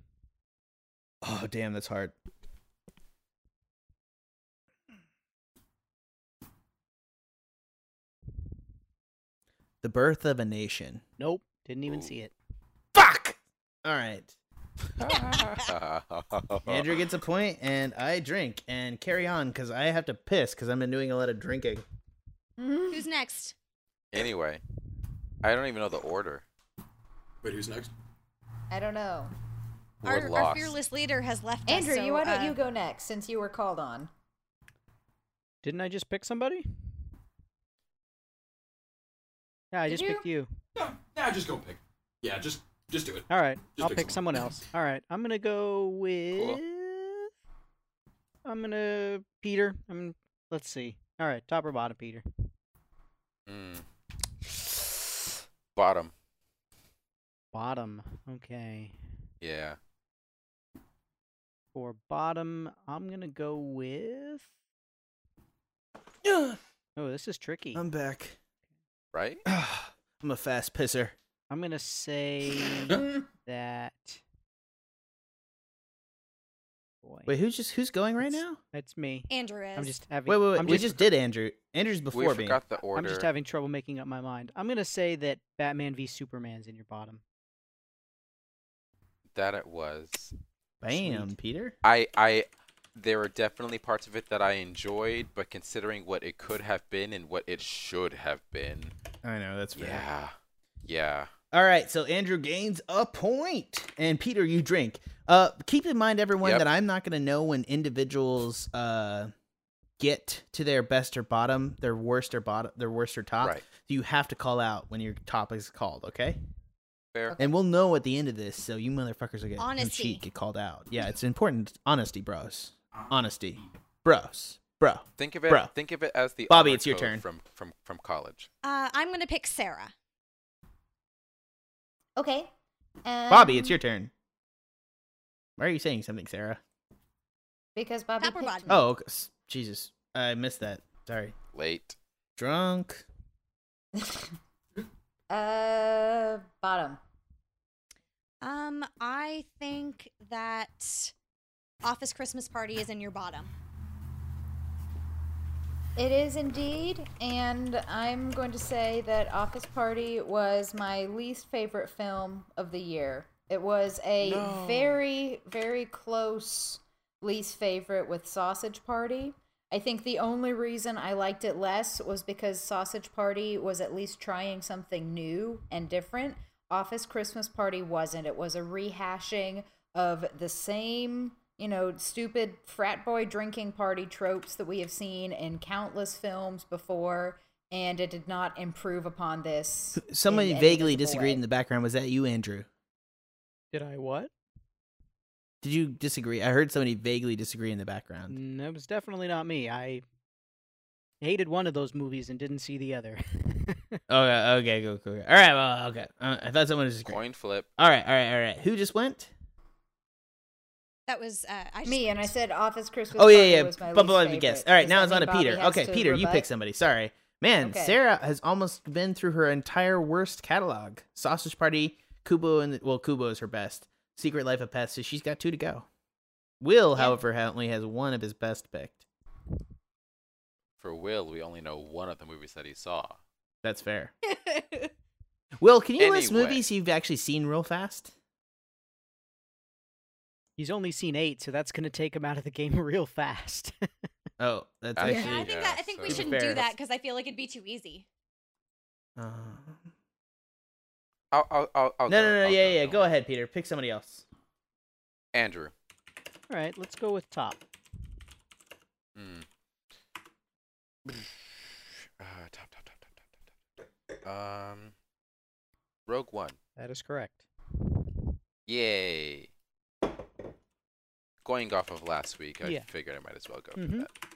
Oh damn, that's hard. The Birth of a Nation. Nope. Didn't even Ooh. see it. Fuck. All right. Andrew Oh. Andrew gets a point, and I drink and carry on because I have to piss because I've been doing a lot of drinking. Mhm. Who's next? anyway I don't even know the order Wait, who's next? I don't know. we're Our, our lost fearless leader has left us, Andrew, so, you, why don't uh, you go next since you were called on? Didn't I just pick somebody? Yeah, I Did just picked you. No, nah, just go pick. Yeah, just just do it. All right, Just I'll pick pick someone someone. else. All right, I'm gonna go with. I'm gonna Peter. I'm. Let's see. All right, top or bottom, Peter. Mm. Hmm. bottom Bottom. Okay. yeah For bottom, I'm gonna go with. Oh, this is tricky. I'm back. right I'm a fast pisser. I'm gonna say Mm. that. Boy, Wait, who's just who's going right It's- now? it's me. Andrew is. I'm just having. Wait, wait, wait. I'm we just did Andrew. Andrew's before we me. forgot the order I'm just having trouble making up my mind. I'm gonna say that Batman v Superman's in your bottom. that it was Bam, Sweet. Peter. I I there were definitely parts of it that I enjoyed, but considering what it could have been and what it should have been, I know that's yeah, yeah. All right, so Andrew gains a point, and Peter, you drink. Uh, keep in mind, everyone, Yep. that I'm not going to know when individuals uh get to their best or bottom, their worst or bottom, their worst or top. Right. So you have to call out when your top is called, okay? Fair. And we'll know at the end of this, so you motherfuckers will get no Honesty. cheat get called out. Yeah, it's important. Honesty, bros. Honesty, bros, bro. Think of it. Bro. Think of it as the Bobby, honor it's your code turn. from from from college. uh, I'm going to pick Sarah. Okay. Bobby, it's Um, your turn. Why are you saying something, Sarah? because Bobby. Top or picked bottom? me. Oh, okay. S- Jesus. I missed that. Sorry. Late. Drunk. Uh, bottom. Um, I think that Office Christmas Party is in your bottom. It is indeed, and I'm going to say that Office Party was my least favorite film of the year. It was a very, very close least favorite with Sausage Party. I think the only reason I liked it less was because Sausage Party was at least trying something new and different. Office Christmas Party wasn't. It was a rehashing of the same, you know, stupid frat boy drinking party tropes that we have seen in countless films before. and it did not improve upon this. Somebody any vaguely visible disagreed way. in the background. Was that you, Andrew? Did I what? Did you disagree? I heard somebody vaguely disagree in the Mm. background. No, it Mm, was definitely not me. I hated one of those movies and didn't see the other. Okay, Oh, okay, go, go. go. All right, well, okay. Uh, I thought someone was disagreeing. Coin flip. All right, all right, all right. Who just went? That was uh, I just Me and I said office Christmas. Oh yeah, Party yeah. Was my Bubba, least Bubba, guess. favorite. All right, Does now that it's on mean to Bobby Peter. has Okay, to Peter, you rebut? pick somebody. Sorry, man. Okay. Sarah has almost been through her entire worst catalog. Sausage Party, Kubo, and well, Kubo is her best. Secret Life of Pets. So she's got two to go. Will, Yeah. however, ha- only has one of his best picked. For Will, we only know one of the movies that he saw. That's fair. Will, can you list Anyway. movies you've actually seen real fast? He's only seen eight, so that's going to take him out of the game real fast. Oh, that's I yeah, I actually. see. think Yeah, that I think we so- shouldn't do Fair. that because I feel like it'd be too easy. Uh, I'll, I'll, I'll, I'll no, no, go. no, I'll yeah, yeah. don't Go worry. ahead, Peter. Pick somebody else. Andrew. All right, let's go with top. Mm. Uh, top, top, top, top, top, top, top. Um, Rogue One. That is correct. Yay. Going off of last week, I Yeah. figured I might as well go for Mm-hmm. Mhm. that.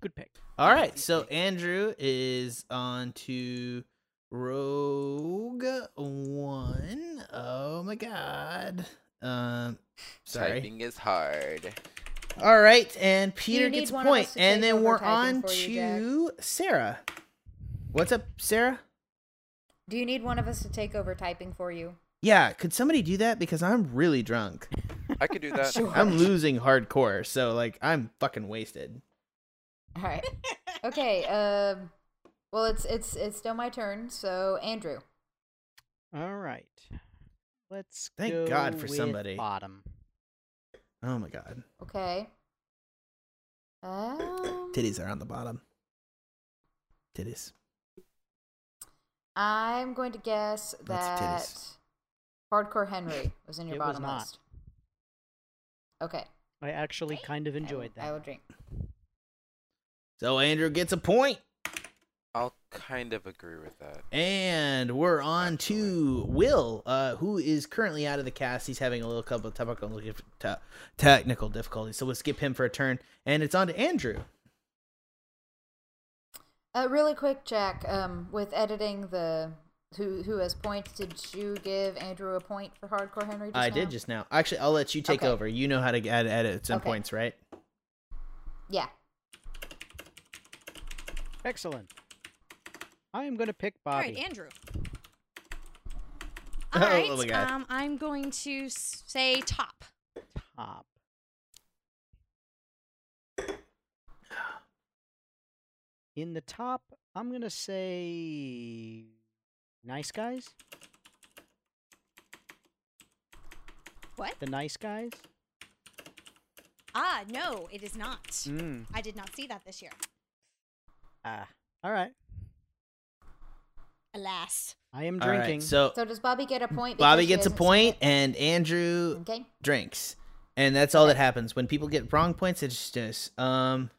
Good pick. All right, so Andrew is on to Rogue One. Oh my god. Um sorry. Typing is hard. All right, and Peter You need gets a one of point, us to and take then over we're typing on for you, to Sarah. What's up, Sarah? Do you need one of us to take over typing for you? Yeah, could somebody do that because I'm really drunk. I could do that. I'm losing hardcore, so like I'm fucking wasted. All right. Okay. Um. Well, it's it's it's still my turn. So Andrew, All right. Let's Thank God go for with somebody. Bottom. Oh my god. okay. Um, Titties are on the bottom. Titties. I'm going to guess Lots of that titties. Hardcore Henry was in your It was bottom not. list. Okay. I actually kind of I will- enjoyed I that. will drink. So Andrew gets a point. I'll kind of agree with that. And we're on Absolutely. to Will, uh, who is currently out of the cast. He's having a little couple of technical, te- technical difficulties, so we'll skip him for a turn. And it's on to Andrew. Uh, really quick, Jack. Um, with editing the who who has points, did you give Andrew a point for Hardcore Henry? Just I did now? just now. Actually, I'll let you take Okay. over. You know how to add edit some Okay. points, right? Yeah. Excellent. I am going to pick All Bobby. right, Andrew. Oh, All right, my God. um, I'm going to s- say top. Top. In the top, I'm going to say Nice Guys. What? The Nice Guys. Ah, no, it is not. Mm. I did not see that this year. Ah. All right. Alas. I am All right, drinking. so So does Bobby get a point? Bobby because she gets a hasn't seen point, it? and Andrew Okay. drinks, and that's all that happens when people get wrong points. It's just um.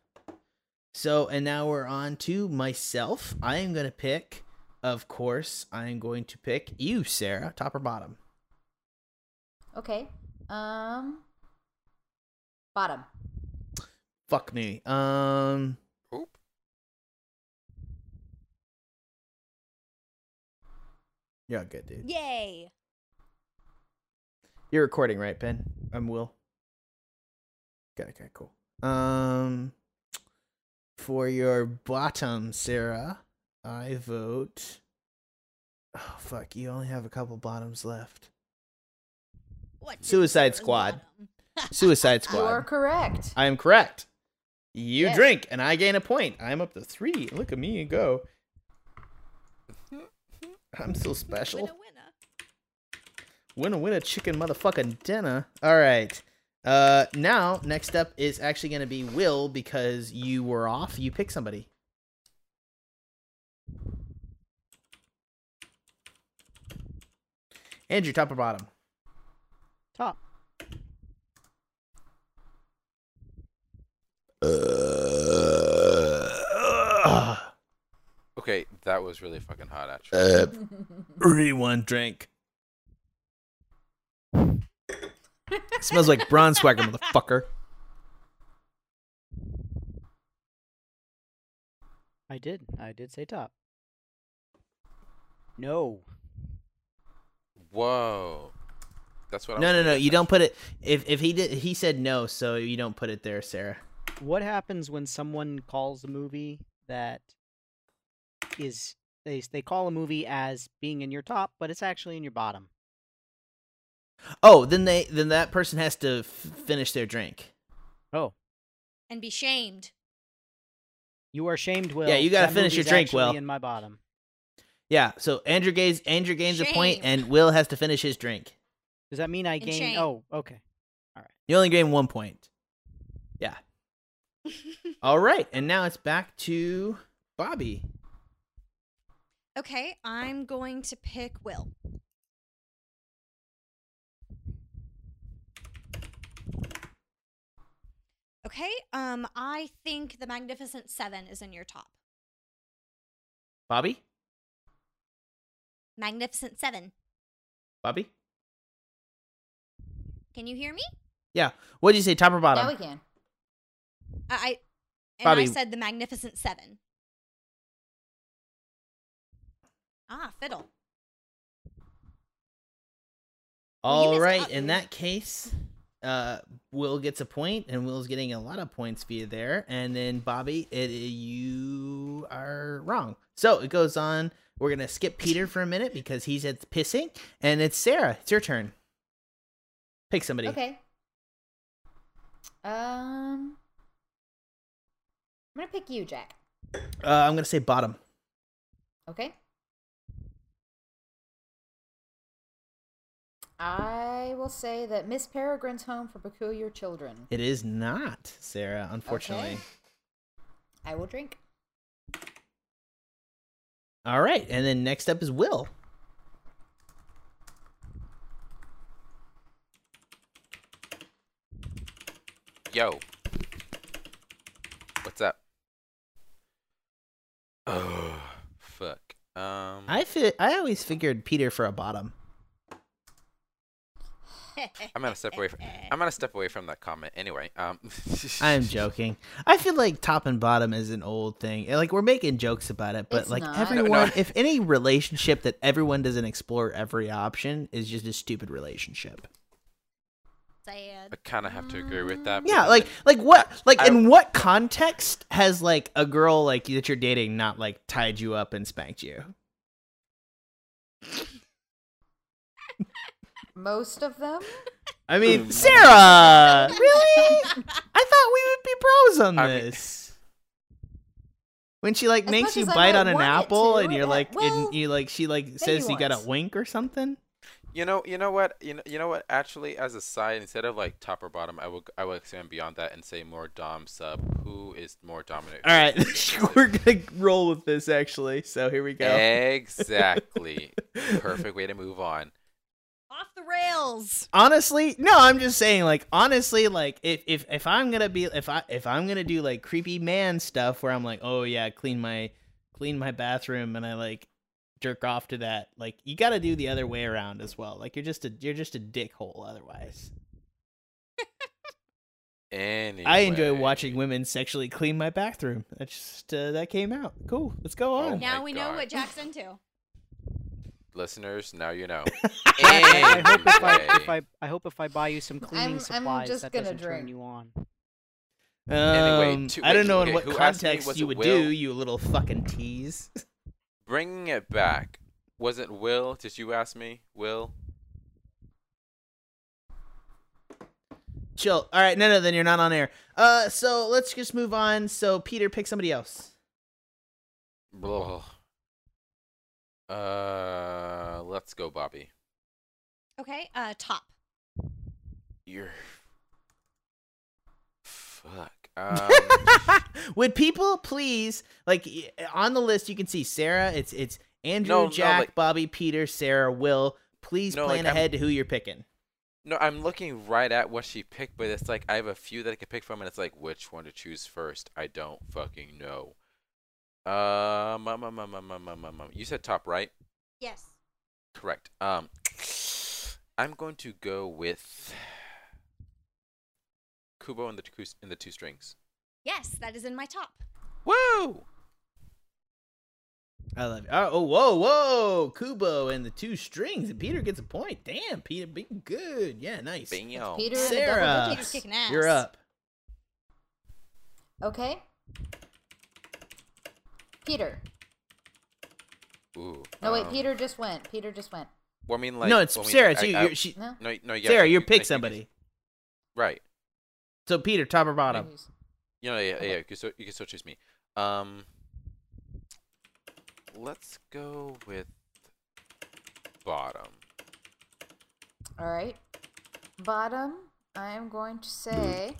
So and now we're on to myself. I am gonna pick. Of course, I am going to pick you, Sarah, top or bottom. Okay. Um. Bottom. Fuck me. Um. Oop. You're all good, dude. Yay. You're recording, right, Ben? I'm Will. Okay, okay, cool. Um, for your bottom, Sarah, I vote. Oh fuck! You only have a couple bottoms left. What? did Suicide Sarah's Squad. bottom? Suicide You Squad. are correct. I am correct. You Yes. drink, and I gain a point. I'm up to three. Look at me go. I'm so special. Winner, winner. Win a win a chicken motherfucking dinner. All right. Uh, now next up is actually gonna be Will because you were off. You pick somebody. Andrew, top or bottom? Top. Uh, Okay, that was really fucking hot, actually. Uh, one drink. smells like bronze swagger, motherfucker. I did. I did say top. No. Whoa. That's what I No, was no, no. thinking, You don't actually. put it. If if he did, he said no, so you don't put it there, Sarah. What happens when someone calls a movie that is they they call a movie as being in your top, but it's actually in your bottom? Oh, then they then that person has to f- finish their drink. Oh, and be shamed. you are shamed, Will. you gotta That finish your movie's drink, actually Will. In my bottom. Yeah. So Andrew gains Andrew gains a point, Shame. and Will has to finish his drink. Does that mean I And gain? shame. Oh, okay. You only gain one point. Yeah. All right, and now it's back to Bobby. Okay, I'm going to pick Will. Okay, um, I think the Magnificent Seven is in your top. Bobby. Magnificent Seven. Bobby. Can you hear me? Yeah. What did you say? Top or bottom? Now we can. I, I and I Bobby. said the Magnificent Seven. Ah, fiddle. Well, you All messed right, up, in dude. that case, uh, Will gets a point, and Will's getting a lot of points via there. And then Bobby, it, you are wrong. So it goes on. We're gonna skip Peter for a minute because he's at pissing, and it's Sarah. It's your turn. Pick somebody. Okay. Um, I'm gonna pick you, Jack. Uh, I'm gonna say bottom. Okay. I will say that Miss Peregrine's Home for Peculiar Children. It is not Sarah, unfortunately. Okay. I will drink. All right, and then next up is Will. Yo. What's up? Oh, fuck. Um, I fi- I always figured Peter for a bottom. I'm gonna step away from. I'm gonna step away from that comment anyway. Um, I'm joking. I feel like top and bottom is an old thing. And, Like we're making jokes about it, but It's like not. No, no. everyone, if any relationship that everyone doesn't explore every option is just a stupid relationship. Sad. I kind of have to agree with that. but Yeah, then- like like what like I in don't- what context has like a girl like that you're dating not like tied you up and spanked you? Most of them. I mean, Sarah, really? I thought we would be bros on I mean- this. when she like As makes much you as I bite might on an want it apple, to, and you're it- like, well, and you like, she like says you got a nuance. wink or something. You know, you know what, you know, you know what. Actually, as a side, instead of like top or bottom, I will, I will expand beyond that and say more dom sub. Who is more dominant? All right, we're gonna roll with this actually. So here we go. Eh. Exactly. Perfect way to move on. Off the rails. honestly no i'm just saying like honestly like if, if if i'm gonna be if i if i'm gonna do like creepy man stuff where i'm like oh yeah clean my clean my bathroom and i like jerk off to that like you gotta do the other way around as well like you're just a you're just a dickhole otherwise Anyway, i enjoy watching women sexually clean my bathroom that's just uh, that came out cool let's go Oh. on my now we know God. what Jack's into. listeners. Now you know. I hope if I, if Anyway. I, I hope if I buy you some cleaning I'm supplies, just that gonna doesn't turn drink. you on. Uh, Anyway, Um, to- i don't wait, know in okay, what who asked me? context Was you it would Will? do you little fucking tease Bringing it back. Was it Will? Did you ask me? Will? Chill. All right, no, no, then you're not on air. Uh, so let's just move on. So Peter, pick somebody else. Blah. Uh, let's go, Bobby. Okay, uh, top. You're. Fuck. Um, Would people please like y- on the list? You can see Sarah. It's it's Andrew, No, no, Jack, like- Bobby, Peter, Sarah, Will. Please No, like, plan I'm- ahead to who you're picking. no, I'm looking right at what she picked, but it's like I have a few that I could pick from, and it's like which one to choose first. I don't fucking know. Um, um, um, um, um, um, um, um, um, you said top right. Yes. Correct. Um, I'm going to go with Kubo and the two, in the two strings. Yes, that is in my top. Woo! I love it. Oh, oh, whoa, whoa. Kubo and the two strings. And Peter gets a point. Damn, Peter being good. Yeah, nice. Bam. Peter and the double Sarah, Peter's digits. kicking ass. you're up. Okay. Peter. Ooh. No, wait. Oh. um, Peter just went. Peter just went. Well, I mean, like. no, it's well, I mean, Sarah. I- It's you. I- You're, she, No. no, no, you Sarah, gotta- you I pick guess- somebody. Right. So Peter, top or bottom? Jeez. You know, yeah, yeah. You can still, you can still choose me. Um, let's go with bottom. All right. Bottom, I am going to say.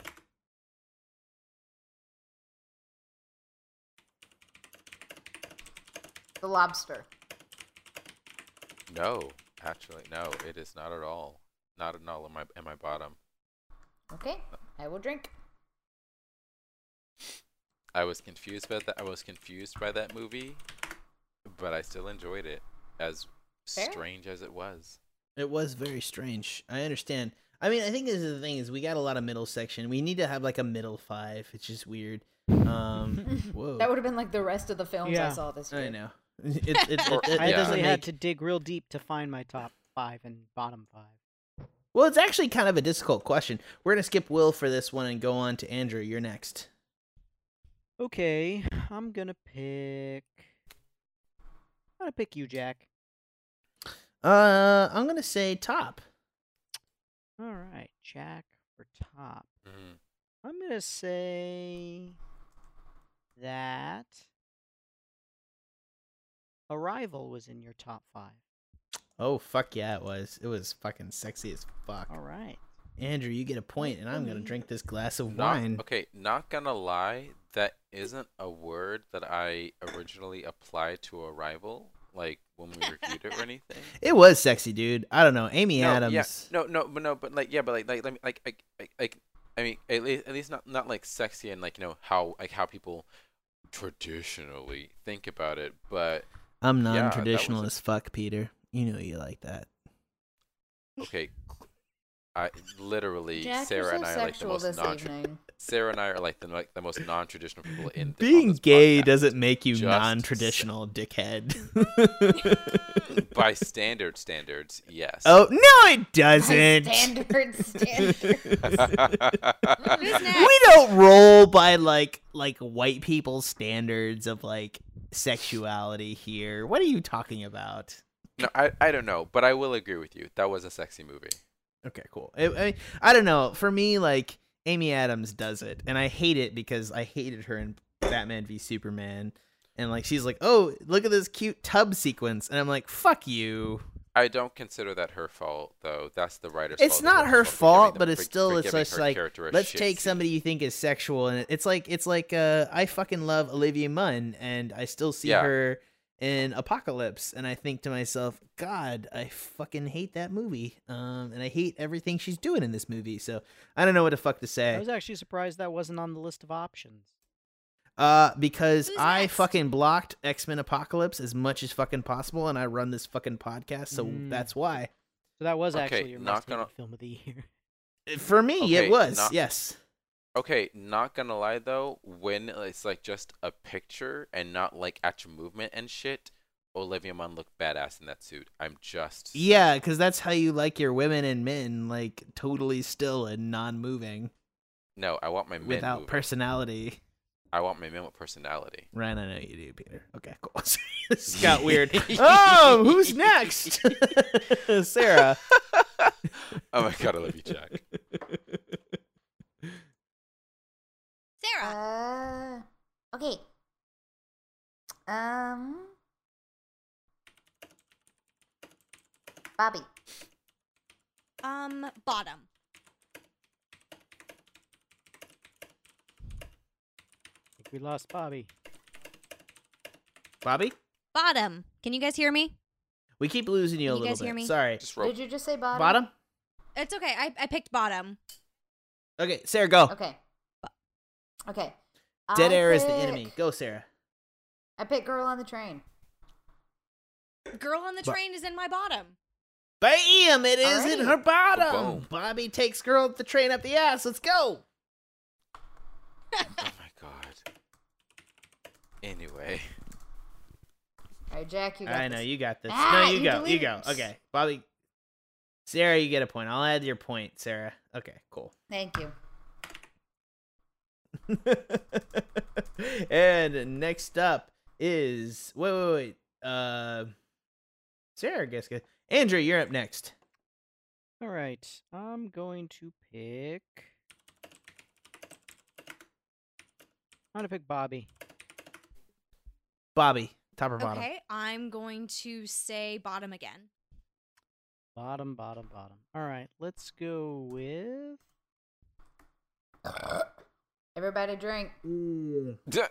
The lobster. No, actually, no. It is not at all. Not at all in my in my bottom. Okay. I will drink. I was confused by that. I was confused by that movie, but I still enjoyed it, as Fair. strange as it was. It was very strange. I understand. I mean, I think this is the thing is we got a lot of middle section. We need to have like a middle five. It's just weird. Um, whoa. That would have been like the rest of the films Yeah. I saw this year. I know. It, it, it, it, it I Yeah. actually doesn't had make. to dig real deep to find my top five and bottom five. Well, it's actually kind of a difficult question. We're gonna skip Will for this one and go on to Andrew. You're next. Okay, I'm gonna pick. I'm gonna pick you, Jack. Uh, I'm gonna say top. All right, Jack for top. Mhm. I'm gonna say that Arrival was in your top five. Oh fuck yeah, it was. It was fucking sexy as fuck. All right. Andrew, you get a point, and I'm gonna drink this glass of Not- wine. okay, not gonna lie, that isn't a word that I originally applied to Arrival, like when we reviewed it or anything. It was sexy, dude. I don't know. Amy no, Adams. Yeah, no, no, but no, but like, yeah, but like, like, let me, like, like, like, like, I mean, at least, at least not, not like sexy and like, you know, how, like, how people traditionally think about it, but I'm Yeah, that was non-traditional a- as fuck, Peter. You know you like that. okay, cl- I literally Jack, Sarah you're and so I are like the sexual most this non evening. Sarah and I are like the like the most non-traditional people in. The, on Being this gay podcast. doesn't make you Just non-traditional, dickhead. by standard standards, yes. oh no, it doesn't. Standard, standard. Who's next? we don't roll by like like white people's standards of like sexuality here. What are you talking about? no, I, I don't know, but I will agree with you. That was a sexy movie. Okay, cool. I, I, I don't know. For me, like Amy Adams does it, and I hate it because I hated her in Batman v Superman, and like she's like, "Oh, look at this cute tub sequence," and I'm like, "Fuck you." I don't consider that her fault, though. That's the writer's. It's fault. not the her writer's for giving fault, them- but it's for- still for it's giving just her like character a let's shit take scene. somebody you think is sexual, and it's like it's like uh, I fucking love Olivia Munn, and I still see Yeah. her in Apocalypse, and I think to myself, God, I fucking hate that movie, um, and I hate everything she's doing in this movie. So I don't know what the fuck to say. I was actually surprised that wasn't on the list of options. Uh, because Who's I next? fucking blocked X Men Apocalypse as much as fucking possible, and I run this fucking podcast, so Mm. that's why. So that was Okay, actually your not most gonna- hated film of the year. For me, it Okay, was not- yes. Okay, not gonna lie though, when it's like just a picture and not like actual movement and shit, Olivia Munn looked badass in that suit. I'm just Yeah, because that's how you like your women and men, like totally still and non-moving, no. I want my men without moving. personality. I want my men with personality. Ryan, I know you do, Peter. Okay, cool. this got weird. oh, who's next? Sarah. Oh my god, I love you, Jack. Sarah. Uh, okay. Um. Bobby. Um, bottom. I think we lost Bobby. Bobby, Bottom. Can you guys hear me? we keep losing you a Can you little guys bit. hear me? Sorry. Just roll. Did you just say bottom? Bottom. It's okay. I, I picked bottom. Okay, Sarah, go. Okay. Okay. Oh. Dead I air is the pick- enemy. Go, Sarah. I picked Girl on the Train. Girl on the But- train is in my bottom. Bam! It is in Alrighty. her bottom. Boom. Bobby takes girl up the train up the ass. Let's go. Oh my god. Anyway. All right, Jack, you got I know this. you got this. Ah, no, you, you go. You deleted go. it. Okay, Bobby. Sarah, you get a point. I'll add your point, Sarah. Okay, cool. Thank you. and next up is wait, wait, wait. Uh, Sarah, I guess. guess. Andrew, you're up next. All right, I'm going to pick. I'm gonna pick Bobby. Bobby, top or bottom? Okay, I'm going to say bottom again. Bottom, bottom, bottom. All right, let's go with. Everybody drink. Duh.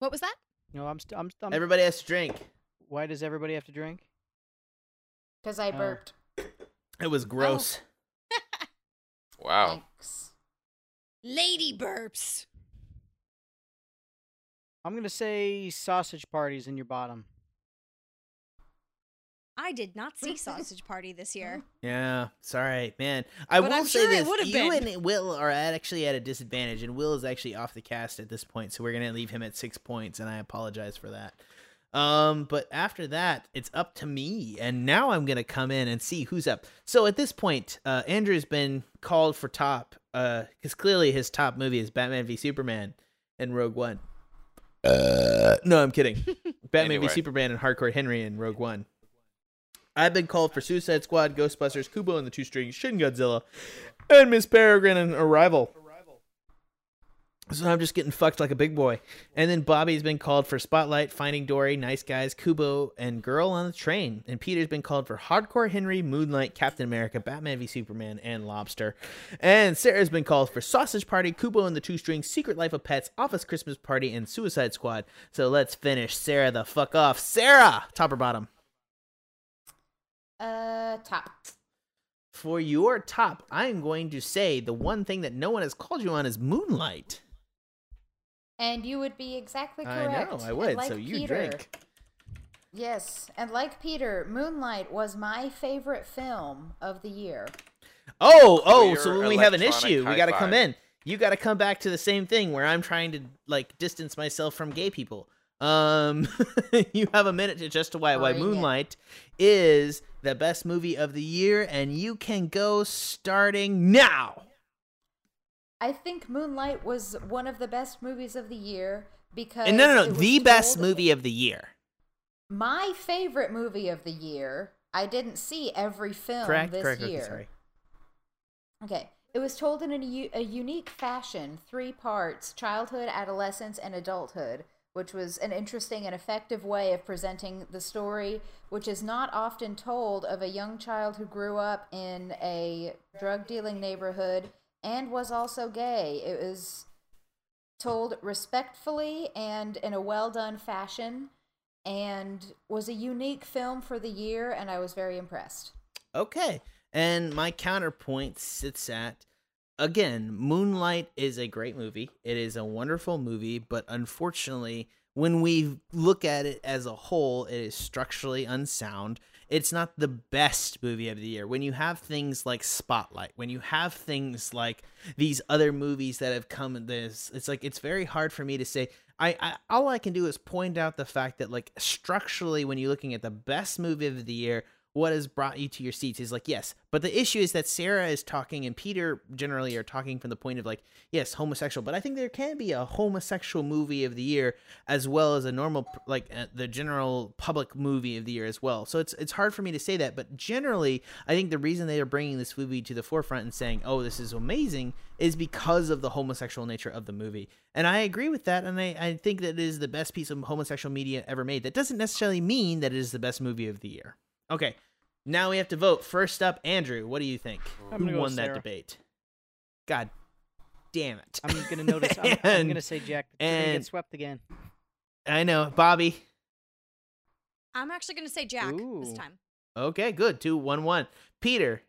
What was that? No, I'm. St- I'm. St- Um, I'm Everybody has to drink. why does everybody have to drink? Because I Oh. burped. It Oh, was gross. Wow. Thanks. Lady burps. I'm gonna say sausage parties in your bottom. I did not see sausage party this year. Yeah, it's all right, man. I But will I'm say sure it this: would've you been. and Will are at, actually at a disadvantage, and Will is actually off the cast at this point, so we're gonna leave him at six points, and I apologize for that. Um, but after that, it's up to me, and now I'm gonna come in and see who's up. So at this point, uh, Andrew's been called for top, uh, because clearly his top movie is Batman v Superman and Rogue One. Uh, no, I'm kidding. Batman Anyway. v Superman and Hardcore Henry and Rogue One. I've been called for Suicide Squad, Ghostbusters, Kubo and the Two Strings, Shin Godzilla, and Miss Peregrine and Arrival. So I'm just getting fucked like a big boy. And then Bobby's been called for Spotlight, Finding Dory, Nice Guys, Kubo, and Girl on the Train. And Peter's been called for Hardcore Henry, Moonlight, Captain America, Batman v Superman, and Lobster. And Sarah's been called for Sausage Party, Kubo and the Two Strings, Secret Life of Pets, Office Christmas Party, and Suicide Squad. So let's finish Sarah the fuck off. Sarah! Top or bottom? Uh, top. For your top, I'm going to say the one thing that no one has called you on is Moonlight. And you would be exactly I correct. know, I And would. like so you Peter- drink. Yes, and like Peter, Moonlight was my favorite film of the year. Oh, oh, Clear so when we have an electronic issue, we high got to come five. in. You got to come back to the same thing where I'm trying to like distance myself from gay people. Um, you have a minute to justify why Bring it. Moonlight is the best movie of the year, and you can go starting now. I think Moonlight was one of the best movies of the year because And no, no, it no, was the best told- movie of the year. My favorite movie of the year. I didn't see every film Correct, this correct. year. Okay, sorry. Okay. It was told in a, u- a unique fashion, three parts childhood, adolescence, and adulthood, which was an interesting and effective way of presenting the story, which is not often told of a young child who grew up in a drug dealing neighborhood and was also gay. It was told respectfully and in a well done fashion and was a unique film for the year, and I was very impressed. Okay. And my counterpoint sits at again, Moonlight is a great movie. It is a wonderful movie, but unfortunately, when we look at it as a whole, it is structurally unsound. It's not the best movie of the year. When you have things like Spotlight, when you have things like these other movies that have come in this, it's like it's very hard for me to say I, I all I can do is point out the fact that like structurally when you're looking at the best movie of the year, what has brought you to your seats is like yes but the issue is that sarah is talking and peter generally are talking from the point of like yes homosexual but i think there can be a homosexual movie of the year as well as a normal like uh, the general public movie of the year as well so it's it's hard for me to say that but generally i think the reason they are bringing this movie to the forefront and saying oh this is amazing is because of the homosexual nature of the movie and i agree with that and i, I think that it is the best piece of homosexual media ever made that doesn't necessarily mean that it is the best movie of the year Okay. Now we have to vote. First up, Andrew, what do you think? I'm Who gonna go with won that Sarah. debate? God damn it. I'm gonna notice. I'm, I'm gonna And- say Jack. But you're gonna and- get swept again. I know. Bobby. I'm actually going to say Jack Ooh. this time. Okay, good. Two, one, one. Peter.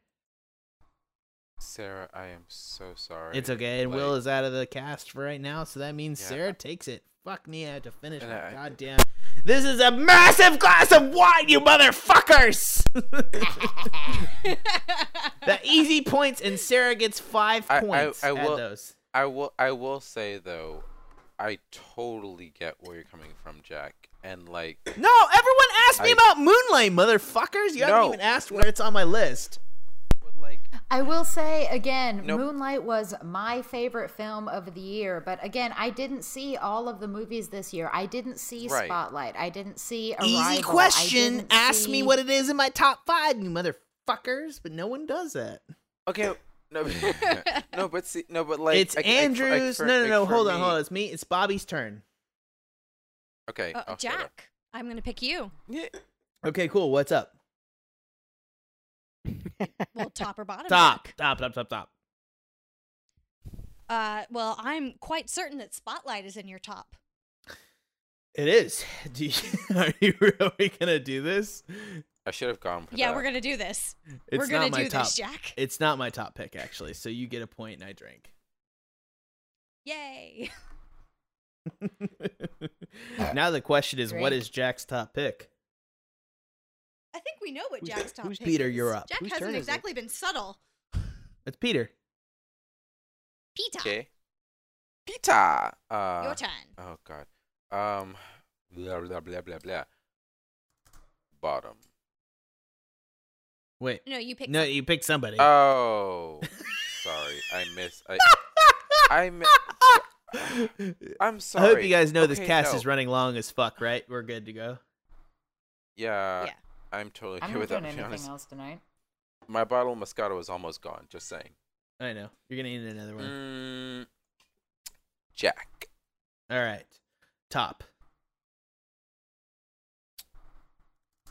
Sarah, I am so sorry. It's okay. And Will Like, is out of the cast for right now, so that means Yeah. Sarah takes it. Fuck me, I have to finish. And my I- goddamn. This is a massive glass of wine, you motherfuckers! the easy points, and Sarah gets five I- I- points. I Add will- those. I will I will say though, I totally get where you're coming from, Jack. And like No, everyone asked me I- about Moonlight, motherfuckers. You haven't No. even asked where it's on my list. but like I will say again, Nope. Moonlight was my favorite film of the year. But again, I didn't see all of the movies this year. I didn't see Right. Spotlight. I didn't see Arrival. I Easy question. didn't Ask me see- what it is in my top five, you motherfuckers. But no one does that. okay no but- no but see no but like it's I- I- like, Andrews. for- no, no, like, no. for hold on, me- hold on. It's me. It's Bobby's turn. Okay. oh, Uh, I'll shut up. Jack, I'm gonna pick you. Yeah, Okay, cool. What's up? Well, top or bottom. Top, top, top, top, top. Uh, well, I'm quite certain that Spotlight is in your top. It is. Do you, are you really gonna do this? I should have gone for yeah, that. we're gonna do this. It's we're gonna not my do top. this, Jack. It's not my top pick actually. So you get a point, and I drink. Yay! now the question is, what Drink. is Jack's top pick? I think we know what Who's- Jack's top who's pick Peter, is. you're up. Jack Whose turn hasn't is it? exactly been subtle. It's Peter. Peter, Okay. Pita. Uh, your turn. Oh God. Um. Blah blah blah blah blah. Bottom. Wait. No, you pick. No, you picked somebody. Oh. sorry, I miss. I. I mi- I'm I sorry. hope you guys know this Okay, cast no. is running long as fuck, right? We're good to go. Yeah. Yeah. I'm totally okay I'm not with that. doing To be honest, anything else tonight. my bottle of Moscato is almost gone. Just saying. I know. You're gonna need another one. Mm, Jack. Mm. All right. Top.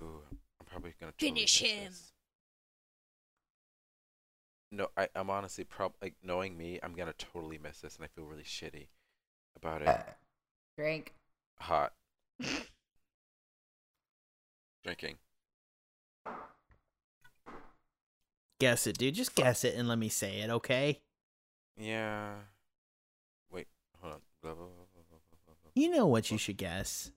Ooh, I'm probably gonna totally Finish miss him. this. No, I, I'm honestly probably like, knowing me, I'm gonna totally miss this, and I feel really shitty about it. Drink. Hot. Drinking. Guess it, dude. Just guess it and let me say it, okay? Yeah. Wait, hold on. Blah, blah, blah, blah, blah, blah, blah, You know what you should guess. blah.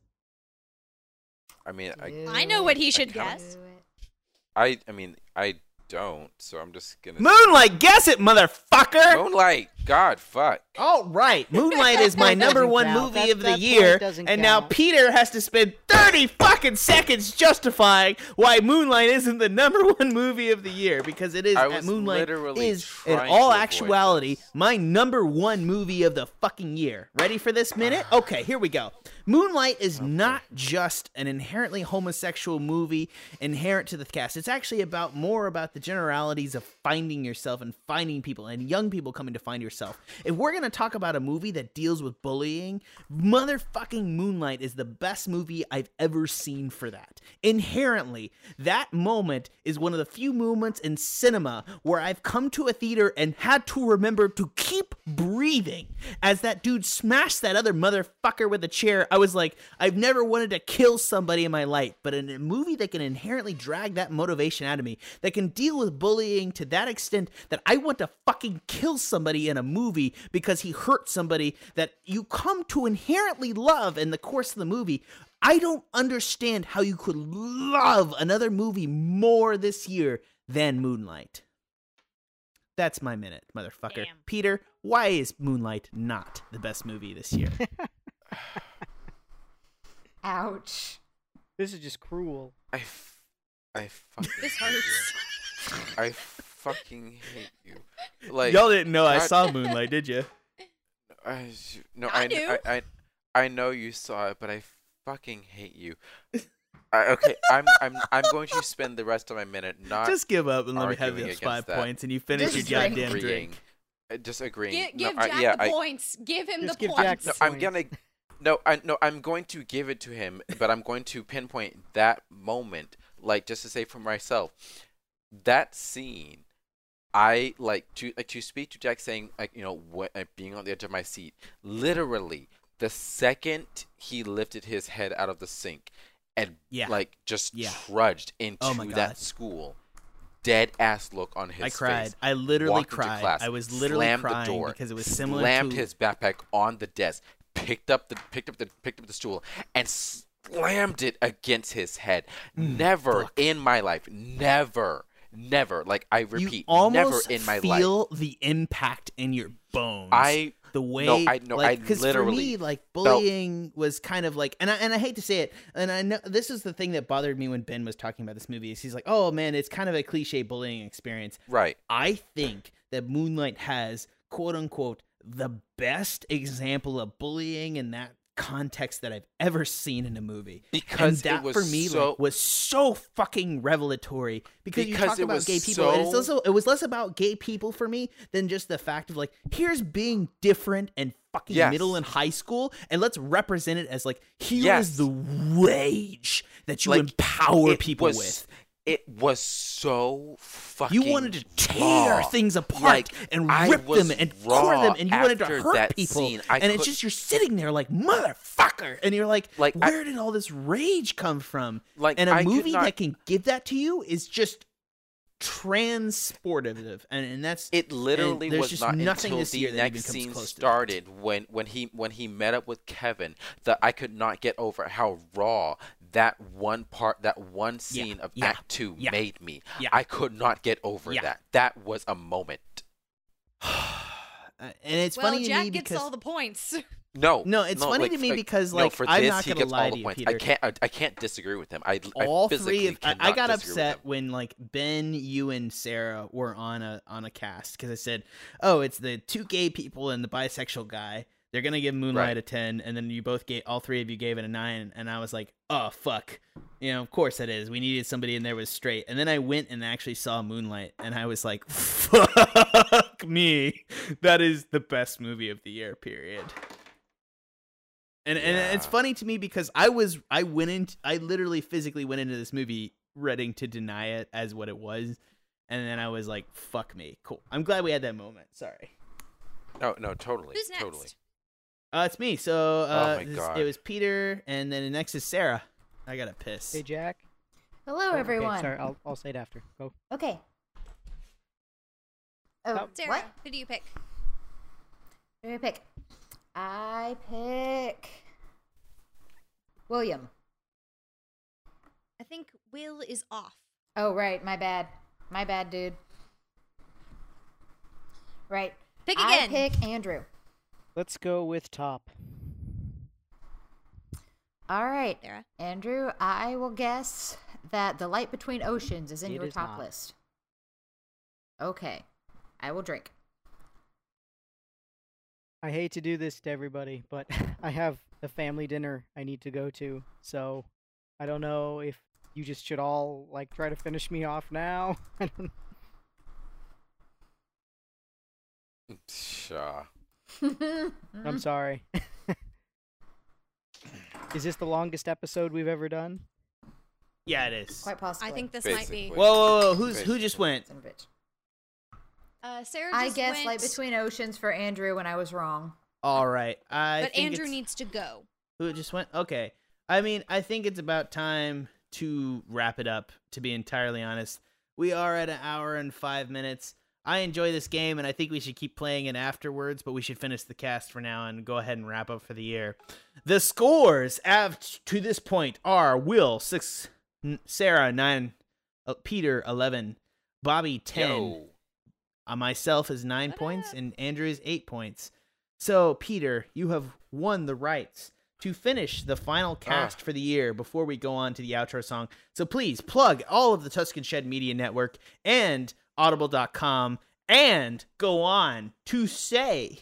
I mean, I, Do I know what he it. should I Do kinda- guess. it. I, I mean, I don't. So I'm just gonna. Moonlight, guess it, motherfucker! Moonlight. God, fuck. All right, Moonlight is my That number doesn't one count. movie That- of the that point year, doesn't and now count. Peter has to spend 30 fucking seconds justifying why Moonlight isn't the number one movie of the year because it is. I at was Moonlight literally is, in trying to all avoid actuality, this. my number one movie of the fucking year. Ready for this minute? Okay, here we go. Moonlight is not just an inherently homosexual movie inherent to the cast. It's actually about more about the generalities of finding yourself and finding people and young people coming to find yourself. If we're going to talk about a movie that deals with bullying, motherfucking Moonlight is the best movie I've ever seen for that. Inherently, that moment is one of the few moments in cinema where I've come to a theater and had to remember to keep breathing. As that dude smashed that other motherfucker with a chair, I was like, I've never wanted to kill somebody in my life, but in a movie that can inherently drag that motivation out of me, that can deal with bullying to that extent that I want to fucking kill somebody in a movie because he hurt somebody that you come to inherently love in the course of the movie. I don't understand how you could love another movie more this year than Moonlight. That's my minute, motherfucker. Damn. Peter, why is Moonlight not the best movie this year? Ouch. This is just cruel. I, f- I fucking. This hate you. hurts. I fucking hate you. Like Y'all didn't know I God- saw Moonlight, did you? I, no, I I, kn- do. I, I, I know you saw it, but I fucking hate you. I, okay, I'm, I'm, I'm going to spend the rest of my minute not Just give up and let me have arguing those against five that. points, and you finish Just your drink. goddamn agreeing, drink. Uh, just agreeing. Gi- No, give I- Jack yeah, the I- points. Give him Just the give Jack points. the No, I'm Points. gonna. No, I no, I'm going to give it to him, but I'm going to pinpoint that moment, like just to say for myself, that scene. I like to like to speak to Jack, saying like you know what, uh, being on the edge of my seat. Literally, the second he lifted his head out of the sink, and Yeah. like just Yeah. trudged into Oh my God. that school, dead ass look on his I face. cried. I literally walked into cried. class, I was literally slammed the crying door, because it was similar slammed to his backpack on the desk, picked up the picked up the picked up the stool, and slammed it against his head. Hmm. never in my life, never, never. Like I repeat, you almost never in my life. feel the impact in your bones. I the way I- no, like, I 'cause for me literally like felt- bullying was kind of like and I, and I hate to say it and I know this is the thing that bothered me when Ben was talking about this movie is he's like oh man it's kind of a cliche bullying experience right. I think that Moonlight has quote unquote the best example of bullying in that context that I've ever seen in a movie. Because and that it was for me so like, was so fucking revelatory because, you Because talk it about was gay people and it's so- also it was less about gay people for me than just the fact of like here's being different and fucking Yes. middle and high school and let's represent it as like here is Yes. the rage that you Like, empower it people was- with It was so fucking. you wanted to tear raw. things apart Like, and I rip was them and core them, raw and you wanted to after hurt that people. scene. I and it's could- just you're sitting there like motherfucker, and you're like, Like, I- where did all this rage come from? Like, and a I could movie not- that can give that to you is just transportive, and, and that's It literally there's was just not nothing until this the year that even next comes scene close to that. started when when he when he met up with Kevin that I could not get over how raw that one part that one scene of yeah, Act Two yeah, made me. yeah. I could not get over Yeah. that. That was a moment. uh, and it's well, funny to Jack me gets because all the points. No, No, it's funny to me because, no, like, for I'm this, not he gonna gets lie all to the you, points. Peter. I can't, I, I can't disagree with him. I, all I physically three of I, I cannot got disagree with upset him. when like Ben, you, and Sarah were on a on a cast because I said, "Oh, it's the two gay people and the bisexual guy. They're gonna give Moonlight Right. a ten, and then you both gave all three of you gave it a nine, and I was like, "Oh fuck." You know, of course that is. We needed somebody in there was straight, and then I went and actually saw Moonlight, and I was like, "Fuck me, that is the best movie of the year." Period. And and it's Yeah. funny to me because I was I went into I literally physically went into this movie ready to deny it as what it was, and then I was like, "Fuck me, cool." I'm glad we had that moment. Sorry, Oh, No, no, totally, Who's next? totally. uh, it's me. So uh, Oh my this- God. it was Peter, and then next is Sarah. I gotta piss. Hey, Jack. Hello, Oh, okay, everyone. sorry, I'll, I'll say it after. Go. Okay. Oh, Oh. Sarah, what? who do you pick? Who do I pick? I pick William. I think Will is off. Oh, right. My bad. My bad, dude. Right. Pick I again. pick Andrew. Let's go with top. All right. Sarah. Andrew, I will guess that The Light Between Oceans is in It your is top not. list. Okay. I will drink. I hate to do this to everybody, but I have a family dinner I need to go to, so I don't know if you just should all like try to finish me off now. I don't Mm, Pshaw. Mm-hmm. I'm sorry. Is this the longest episode we've ever done? Yeah, it is. Quite possibly. I think this might Basically. Whoa, be. whoa, whoa, who's who Basically. just went? Son of a bitch. Uh, Sarah just I guess went, Light Between Oceans for Andrew when I was wrong. All right, I. But think Andrew it's- needs to go. Who just went? Okay. I mean, I think it's about time to wrap it up, to be entirely honest. We are at an hour and five minutes. I enjoy this game, and I think we should keep playing it afterwards, but we should finish the cast for now and go ahead and wrap up for the year. The scores av- to this point are Will, 6, n- Sarah, 9, uh, Peter, 11, Bobby, 10, Yo. uh, myself is nine points and Andrew is eight points. So, Peter, you have won the rights to finish the final cast for the year before we go on to the outro song. So, please plug all of the Tuscan Shed Media Network and audible.com and go on to say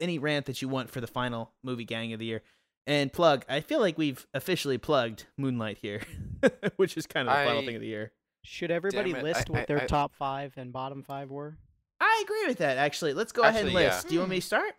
any rant that you want for the final movie gang of the year. And plug, I feel like we've officially plugged Moonlight here, which is kind of the final I- thing of the year. Should everybody it, I- list what I- their I- top five and bottom five were? I agree with that. Actually, let's go ahead and Actually, yeah. list. Do you want me to start?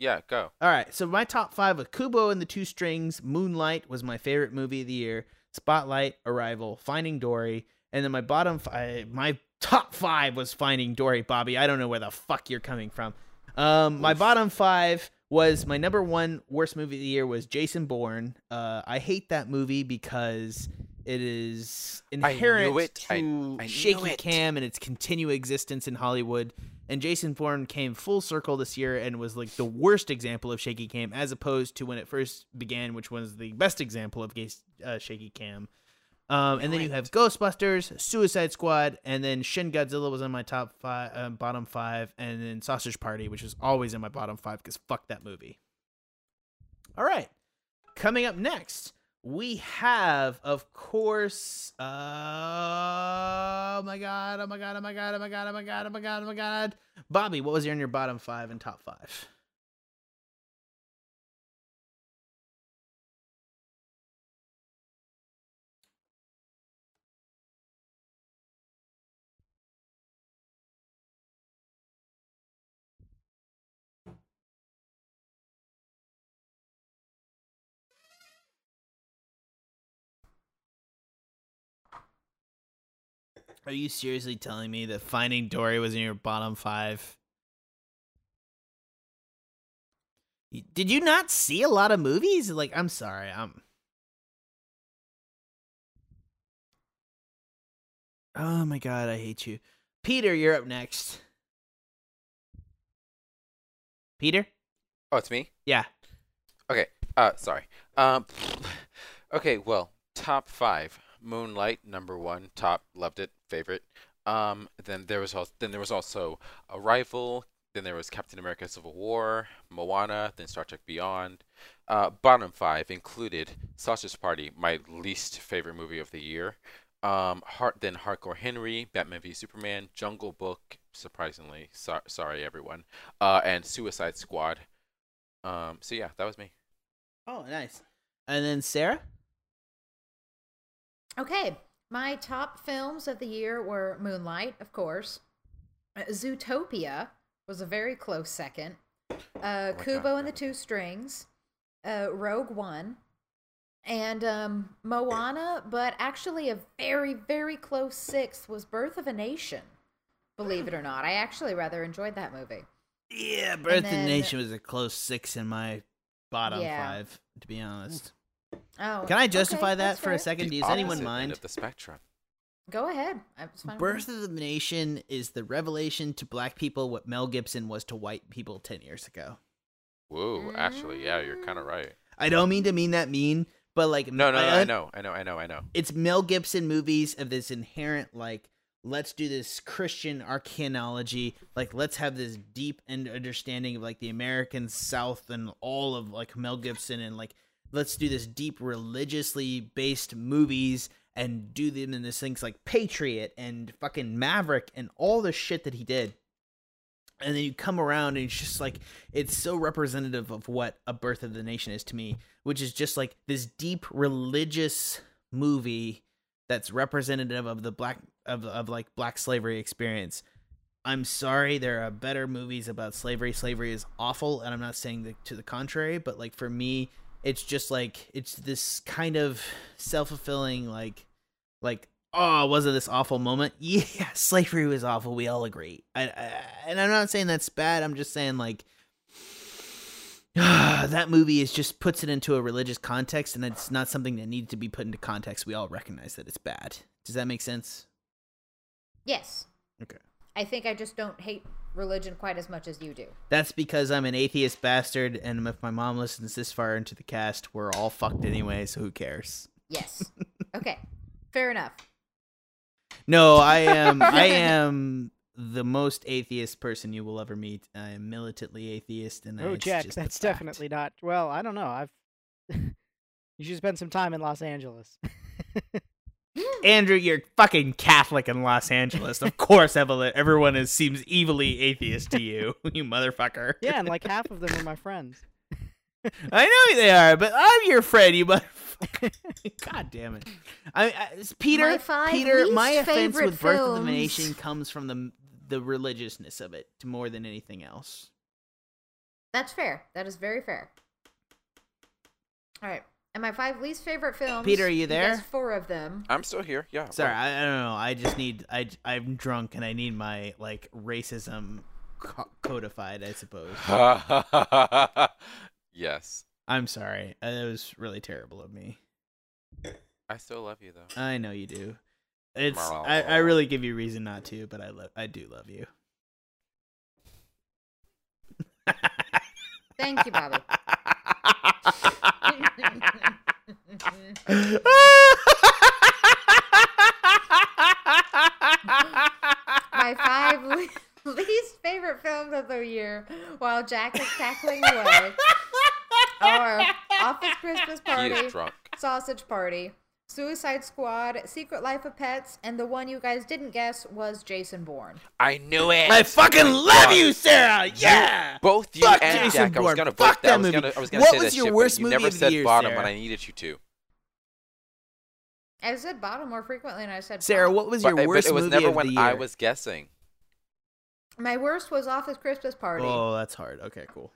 Yeah, go. All right. So my top five of Kubo and the Two Strings, Moonlight was my favorite movie of the year. Spotlight, Arrival, Finding Dory, and then my bottom five, my top five was Finding Dory. Bobby, I don't know where the fuck you're coming from. Um, my bottom five was my number one worst movie of the year was Jason Bourne. Uh, I hate that movie because It is knew inherent it. to I- I knew shaky it. cam and its continued existence in Hollywood. And Jason Bourne came full circle this year and was like the worst example of shaky cam, as opposed to when it first began, which was the best example of gay, uh, shaky cam. Um, and then you have Ghostbusters, Suicide Squad, and then Shin Godzilla was on my top five, uh, bottom five, and then Sausage Party, which is always in my bottom five because fuck that movie. All right, coming up next, we have, of course, uh, oh my god, oh my god, oh my god, oh my god, oh my god, oh my god, oh my god, Bobby, what was your in your bottom five and top five? Are you seriously telling me that Finding Dory was in your bottom five? Y- Did you not see a lot of movies? Like, I'm sorry, I'm. Oh my god, I hate you, Peter. You're up next. Peter, Oh, it's me. yeah, Okay. Uh, sorry. Um, okay. Well, top five: Moonlight, number one, top, loved it, favorite. Um, then there was also, then there was also Arrival. Then there was Captain America: Civil War, Moana, then Star Trek Beyond. Uh, bottom five included Sausage Party, my least favorite movie of the year. Um, Heart, then Hardcore Henry, Batman v Superman, Jungle Book, surprisingly, so- sorry everyone, uh, and Suicide Squad. Um, so yeah, that was me. oh nice. And then Sarah, Okay, my top films of the year were Moonlight, of course. Uh, Zootopia was a very close second. Uh, God, Kubo and the Robert. Two Strings, uh, Rogue One, and um, Moana. But actually, a very, very close sixth was Birth of a Nation. Believe it or not, I actually rather enjoyed that movie. yeah, Birth of then- the Nation was a close six in my bottom Yeah. five, to be honest. Oh, Can I okay, justify that that's for fair. a second? The Does anyone opposite End mind? of the spectrum. Go ahead. I- it's fine with Birth me. of the Nation is the revelation to black people what Mel Gibson was to white people 10 years ago. Whoa, actually, yeah, you're kind of right. I don't mean to mean that mean, but like No, no, no, I I un- know, I know, I know, I know. It's Mel Gibson movies of this inherent like let's do this Christian archaeology, like let's have this deep and understanding of like the American South and all of like Mel Gibson and like let's do this deep religiously based movies and do them in this things like Patriot and fucking Maverick and all the shit that he did. And then you come around and it's just like it's so representative of what a birth of the nation is to me, which is just like this deep religious movie that's representative of the black of of like black slavery experience. I'm sorry, there are better movies about slavery. Slavery is awful, and I'm not saying the, to the contrary, but like for me, it's just like it's this kind of self fulfilling like like oh wasn't this awful moment yeah slavery was awful we all agree I, I, and i'm not saying that's bad i'm just saying like that movie is just puts it into a religious context and it's not something that needs to be put into context we all recognize that it's bad does that make sense Yes. Okay. I think I just don't hate religion quite as much as you do. that's because i'm an atheist bastard and if my mom listens this far into the cast we're all fucked anyway so who cares Yes. okay. Fair enough. No, I am. I am the most atheist person you will ever meet. I am militantly atheist, and oh, it's Jack, just a that's fact. definitely not. Well, I don't know. I've you should spend some time in Los Angeles. Andrew. You're fucking Catholic in Los Angeles, of course. Evelyn, everyone is seems evilly atheist to you, you motherfucker. yeah, and like half of them are my friends. I know they are, but I'm your friend, you motherfucker. God damn it, I, I it's Peter. My five Peter, least my offense favorite with Birth of the films. Nation comes from the the religiousness of it more than anything else. That's fair. That is very fair. All right. And my five least favorite films. Peter, are you guessed there? Four of them. I'm still here. Yeah. what- Sorry, I, I don't know. I just need I I'm drunk and I need my like racism co- codified. I suppose. yes. I'm sorry. Uh, That was really terrible of me. I still love you though. I know you do. It's I, I really give you reason not to, but I love I do love you. Thank you, Bobby. My five le- least favorite films of the year, while Jack is cackling away, are Office Christmas He Party, is drunk. Sausage Party, Suicide Squad, Secret Life of Pets, and the one you guys didn't guess was Jason Bourne. I knew it. I fucking love you, Sarah. Yeah. Both you Fuck and Jason Jack. I was Bourne. gonna Fuck vote that I was movie. gonna, I was gonna What say was that your shit, but worst you movie never of the said year, bottom Sarah? when I needed you to. I said bottom more frequently than I said Sarah, top. what was But, your but worst it was movie never of when the I year? was guessing. My worst was Office Christmas Party. Oh, that's hard. Okay, cool.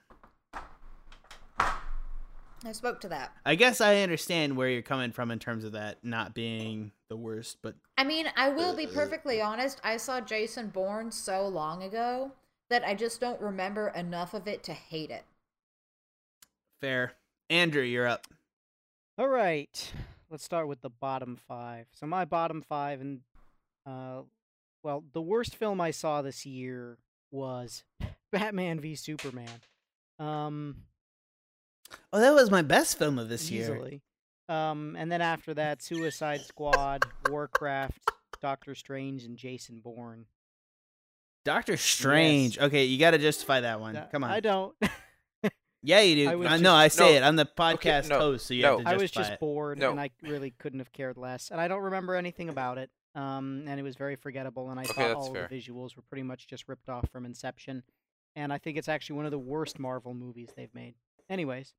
I spoke to that. I guess I understand where you're coming from in terms of that not being the worst, but I mean, I will Uh, be perfectly honest. I saw Jason Bourne so long ago that I just don't remember enough of it to hate it. fair. Andrew, you're up. All right, let's start with the bottom five. So my bottom five, and uh, well, the worst film I saw this year was Batman v Superman. Um, Oh, that was my best film of this year. easily. Um, and then after that, Suicide Squad, Warcraft, Doctor Strange, and Jason Bourne. Doctor Strange. Okay, you got to justify that one. That- Come on. I don't. Yeah, you do. I was I just- no, I say No. it. I'm the podcast no, host, so you no. have to I justify was just it. bored, No. and I really couldn't have cared less. And I don't remember anything about it. Um, and it was very forgettable. And I Okay, thought that's all fair. the visuals were pretty much just ripped off from Inception. And I think it's actually one of the worst Marvel movies they've made. Anyways,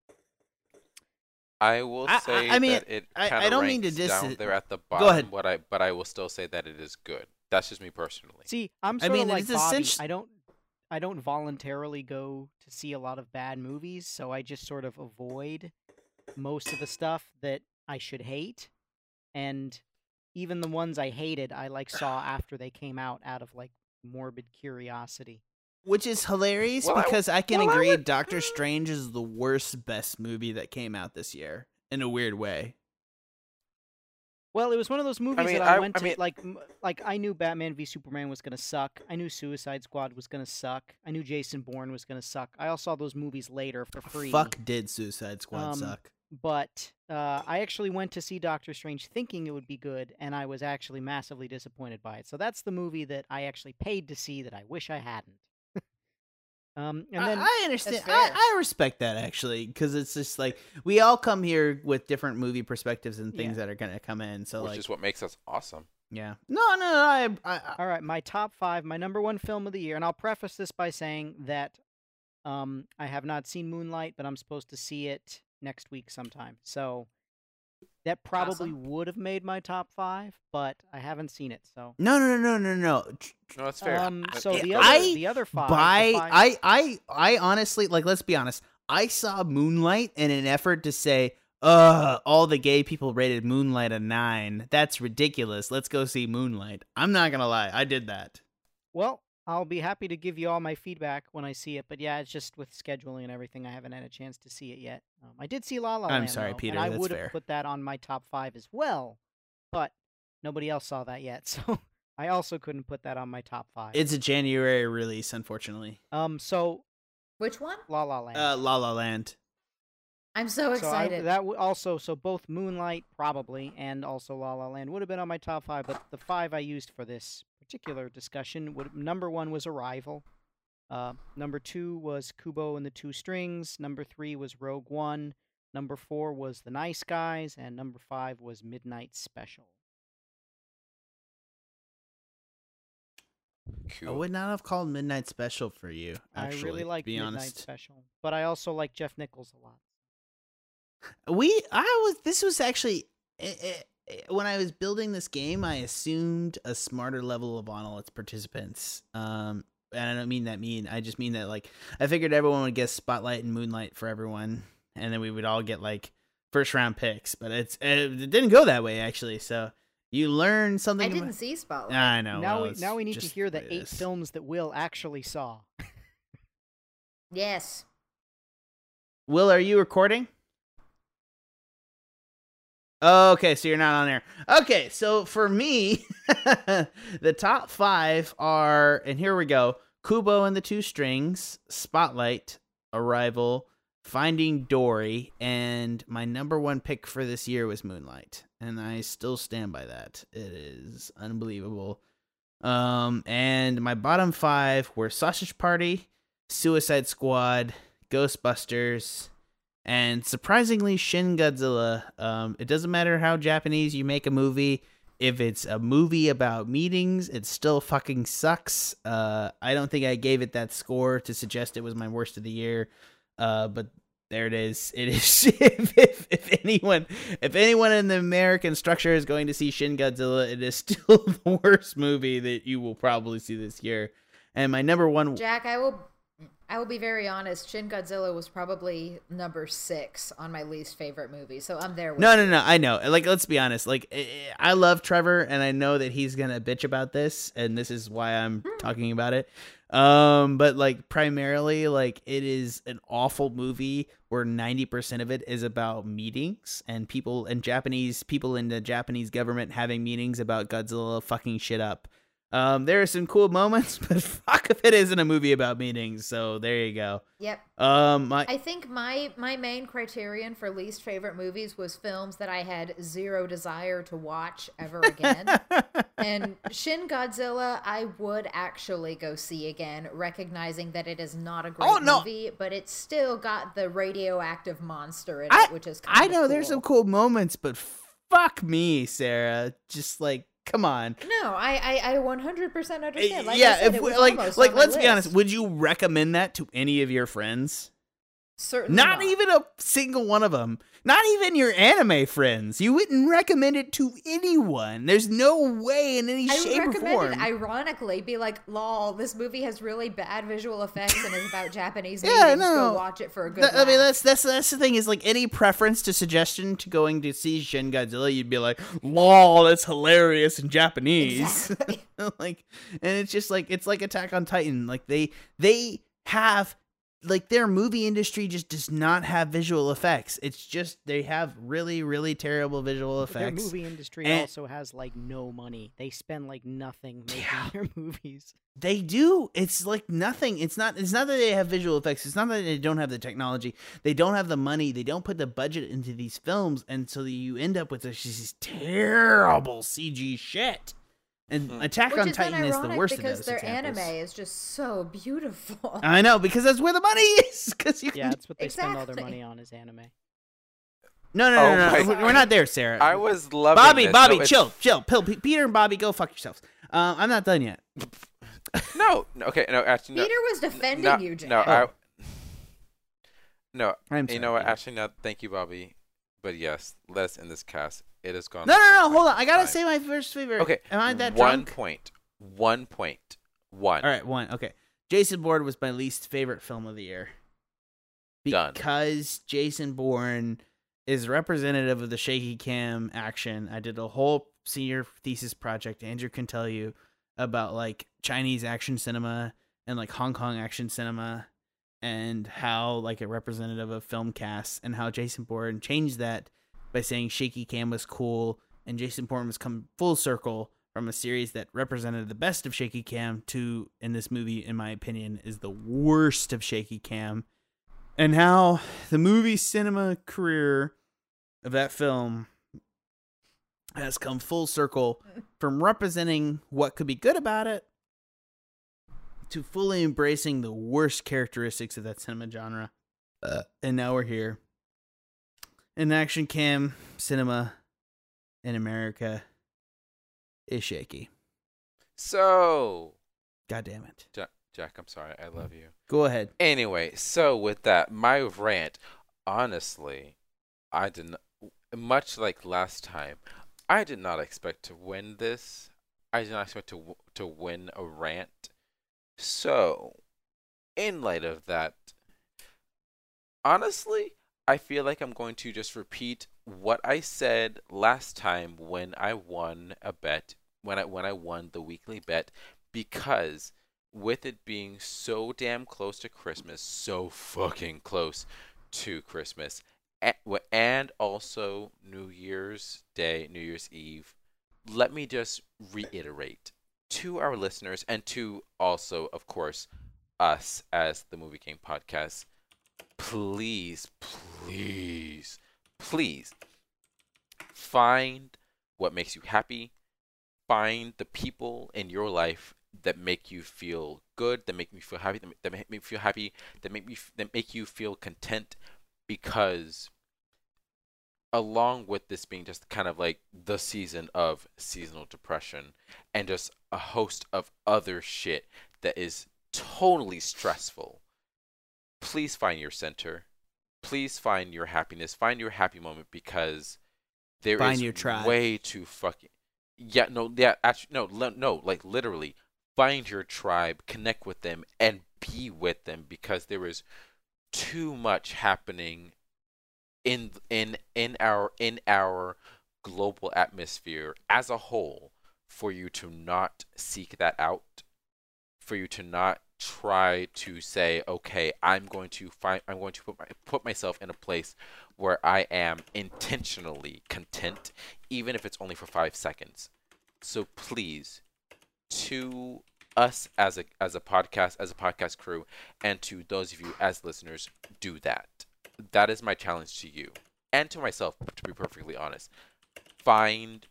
I will I- I- say I mean, that it I- I kinda don't mean to ranks down dis- there at the Go bottom. ahead. What I but I will still say that it is good. That's just me personally. see, I'm I sort mean, of like it's Bobby. essential- I don't, I don't voluntarily go to see a lot of bad movies, so I just sort of avoid most of the stuff that I should hate, and even the ones I hated, I like saw after they came out out of like morbid curiosity. Which is hilarious Well, I- because I, can well, I agree would- mm. Doctor Strange is the worst best movie that came out this year in a weird way. Well, it was one of those movies mean, that I, I- went I to mean- like m- like I knew Batman v Superman was going to suck. I knew Suicide Squad was going to suck. I knew Jason Bourne was going to suck. I all saw those movies later for free. Fuck did Suicide Squad Um, suck? But uh, I actually went to see Doctor Strange thinking it would be good, and I was actually massively disappointed by it. So that's the movie that I actually paid to see that I wish I hadn't. um, and I- then I, understand. That's I, fair. I respect that actually because it's just like we all come here with different movie perspectives and things that are gonna come in. So which like, is what makes us awesome. yeah, no, no, no I, I, I, All right, my top five, my number one film of the year, and I'll preface this by saying that um, I have not seen Moonlight, but I'm supposed to see it next week sometime. So that probably would have made my top five, but I haven't seen it. So, no, no, no, no, no, no. No, that's fair. um, That- so that's the fair. other, I the other five, the by five- I I I honestly like let's be honest. I saw Moonlight in an effort to say, "Uh, all the gay people rated Moonlight a 9. That's ridiculous. Let's go see Moonlight." I'm not going to lie. I did that. well, I'll be happy to give you all my feedback when I see it. But yeah, it's just with scheduling and everything, I haven't had a chance to see it yet. Um, I did see La La I'm Land, sorry, though, Peter, and I that's would fair. have put that on my top five as well, but nobody else saw that yet, so I also couldn't put that on my top five. It's a January release, unfortunately. um, so Which one? La La Land. Uh La La Land. I'm so so I, excited. that w- also so both Moonlight probably and also La La Land would have been on my top five, but the five I used for this particular discussion would number one was Arrival, uh, number two was Kubo and the Two Strings, number three was Rogue One, number four was The Nice Guys, and number five was Midnight Special. I Cool. would not have called Midnight Special for you. Actually, I really like to be Midnight honest. Special, but I also like Jeff Nichols a lot. we i was this was actually eh, eh, eh, when i was building this game i assumed a smarter level of on all its participants um and i don't mean that mean i just mean that like i figured everyone would guess spotlight and moonlight for everyone and then we would all get like first round picks but it's eh, it, it didn't go that way actually so you learn I something didn't about- see Spotlight. i know now well, we uh, it's now we need to just hear the way it eight is. films that Will actually saw. Yes. will are you recording Oh, Okay, so you're not on air. Okay, so for me, the top five are, and here we go Kubo and the Two Strings, Spotlight, Arrival, Finding Dory, and my number one pick for this year was Moonlight. And I still stand by that. It is unbelievable. Um, and my bottom five were Sausage Party, Suicide Squad, Ghostbusters, and surprisingly shin godzilla um, it doesn't matter how japanese you make a movie if it's a movie about meetings it still fucking sucks uh, i don't think i gave it that score to suggest it was my worst of the year uh, but there it is it is if, if, if anyone if anyone in the american structure is going to see shin godzilla it is still the worst movie that you will probably see this year and my number one Jack, I will I will be very honest. Shin Godzilla was probably number six on my least favorite movie, so I'm there with No, no, no. I know. Like, let's be honest. Like, I- I love Trevor, and I know that he's gonna bitch about this, and this is why I'm talking about it. Um, but like, primarily, like, it is an awful movie where ninety percent of it is about meetings and people and Japanese people in the Japanese government having meetings about Godzilla fucking shit up. Um, there are some cool moments, but fuck if it isn't a movie about meetings. So there you go. Yep. Um, my, I think my my main criterion for least favorite movies was films that I had zero desire to watch ever again. and Shin Godzilla, I would actually go see again, recognizing that it is not a great Oh, no. movie, but it's still got the radioactive monster in I- it, which is kind I know there's some cool moments, but fuck me, Sarah. Just like, come on. No, I I, I 100% Eh, understand. Like yeah, I said, if it we, was like, almost like, on my let's be honest. list. Would you recommend that to any of your friends? Certainly Not even a single one of them. Not even your anime friends. You wouldn't recommend it to anyone. There's no way in any I would shape or recommend form. it ironically be like, lol, this movie has really bad visual effects and is about Japanese Yeah, meetings. no. Go watch it for a good Th- I mean, laugh." that's that's that's the thing is like any preference to suggestion to going to see Shin Godzilla, you'd be like, "Lol, that's hilarious in Japanese." like, and it's just like it's like Attack on Titan. Like they they have like their movie industry just does not have visual effects. It's just they have really really terrible visual But Their effects. movie industry And- also has like no money. They spend like nothing making Yeah. their movies. They do. It's like nothing. It's not it's not that they have visual effects. It's not that they don't have the technology. They don't have the money. They don't put the budget into these films and so you end up with this, this terrible CG shit. And Hmm. Attack Which on is then Titan is the ironic worst of because those their examples. anime is just so beautiful. I know because that's where the money is. Because you Yeah, can that's what they spend all their Exactly. money on is anime. no no no Oh no, my no. God. we're not there, Sarah. I was loving Bobby this. No, Bobby it's- chill chill. Pill, P- Peter and Bobby go fuck yourselves. Um, I'm not done yet. No, no, okay, no, actually, no, Peter was defending no, you, Jack. No, I, no, Oh. I'm you know sorry, what? Peter. Actually, no. Thank you, Bobby. But yes, let's end this cast. It has gone. No no on for no hold quite on. I gotta some say time. my first favorite. Oh, Okay, am I that one drunk? point. One point. One. All right, one. Okay. Jason Bourne was my least favorite film of the year. Done. Because Jason Bourne is representative of the shaky cam action. I did a whole senior thesis project, Andrew can tell you, about like Chinese action cinema and like Hong Kong action cinema and how like a representative of film casts and how Jason Bourne changed that by saying shaky cam was cool and Jason Bourne was come full circle from a series that represented the best of shaky cam to in this movie in my opinion is the worst of shaky cam and how the movie cinema career of that film has come full circle from representing what could be good about it to fully embracing the worst characteristics of that cinema genre. Uh, and now we're here in action cam cinema in America is shaky. So, God damn it. Jack, Jack, I'm sorry. I love you. Go ahead. Anyway, so with that, my rant, honestly, I didn't, much like last time, I did not expect to win this. I did not expect to w- to win a rant. So, in light of that, honestly, I feel like I'm going to just repeat what I said last time when I won a bet, when I when I won the weekly bet because with it being so damn close to Christmas, so fucking close to Christmas, a- wa- and also New Year's Day, New Year's Eve. Let me just reiterate to our listeners and to also, of course, us as the Movie King podcast. Please, please, please find what makes you happy. Find the people in your life that make you feel good, that make me feel happy, that ma- that make me feel happy, that make me f- that make you feel content because along with this being just kind of like the season of seasonal depression and just a host of other shit that is totally stressful please find your center please find your happiness find your happy moment because there is Find your tribe. way too fucking yeah no yeah actually no le- no like literally find your tribe connect with them and be with them because there is too much happening in in in our in our global atmosphere as a whole for you to not seek that out for you to not try to say okay i'm going to find i'm going to put, my, put myself in a place where i am intentionally content even if it's only for 5 seconds so please to us as a as a podcast as a podcast crew and to those of you as listeners do that that is my challenge to you and to myself to be perfectly honest find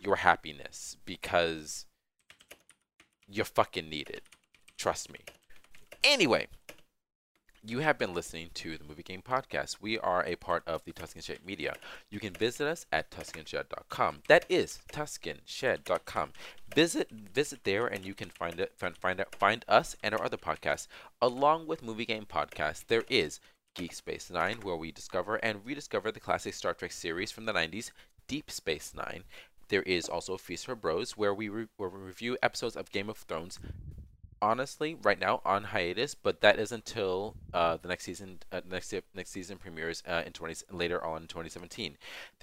your happiness because you fucking need it trust me anyway you have been listening to the Movie Game Podcast. We are a part of the Tuscan Shed Media. You can visit us at TuscanShed.com. That is TuscanShed.com. Visit visit there and you can find it find find, out, find us and our other podcasts. Along with Movie Game Podcast, there is Geek Space Nine, where we discover and rediscover the classic Star Trek series from the 90s, Deep Space Nine. There is also Feast for Bros, where we, re- where we review episodes of Game of Thrones, honestly right now on hiatus but that is until uh, the next season uh, next se- next season premieres uh, in 20 later on in 2017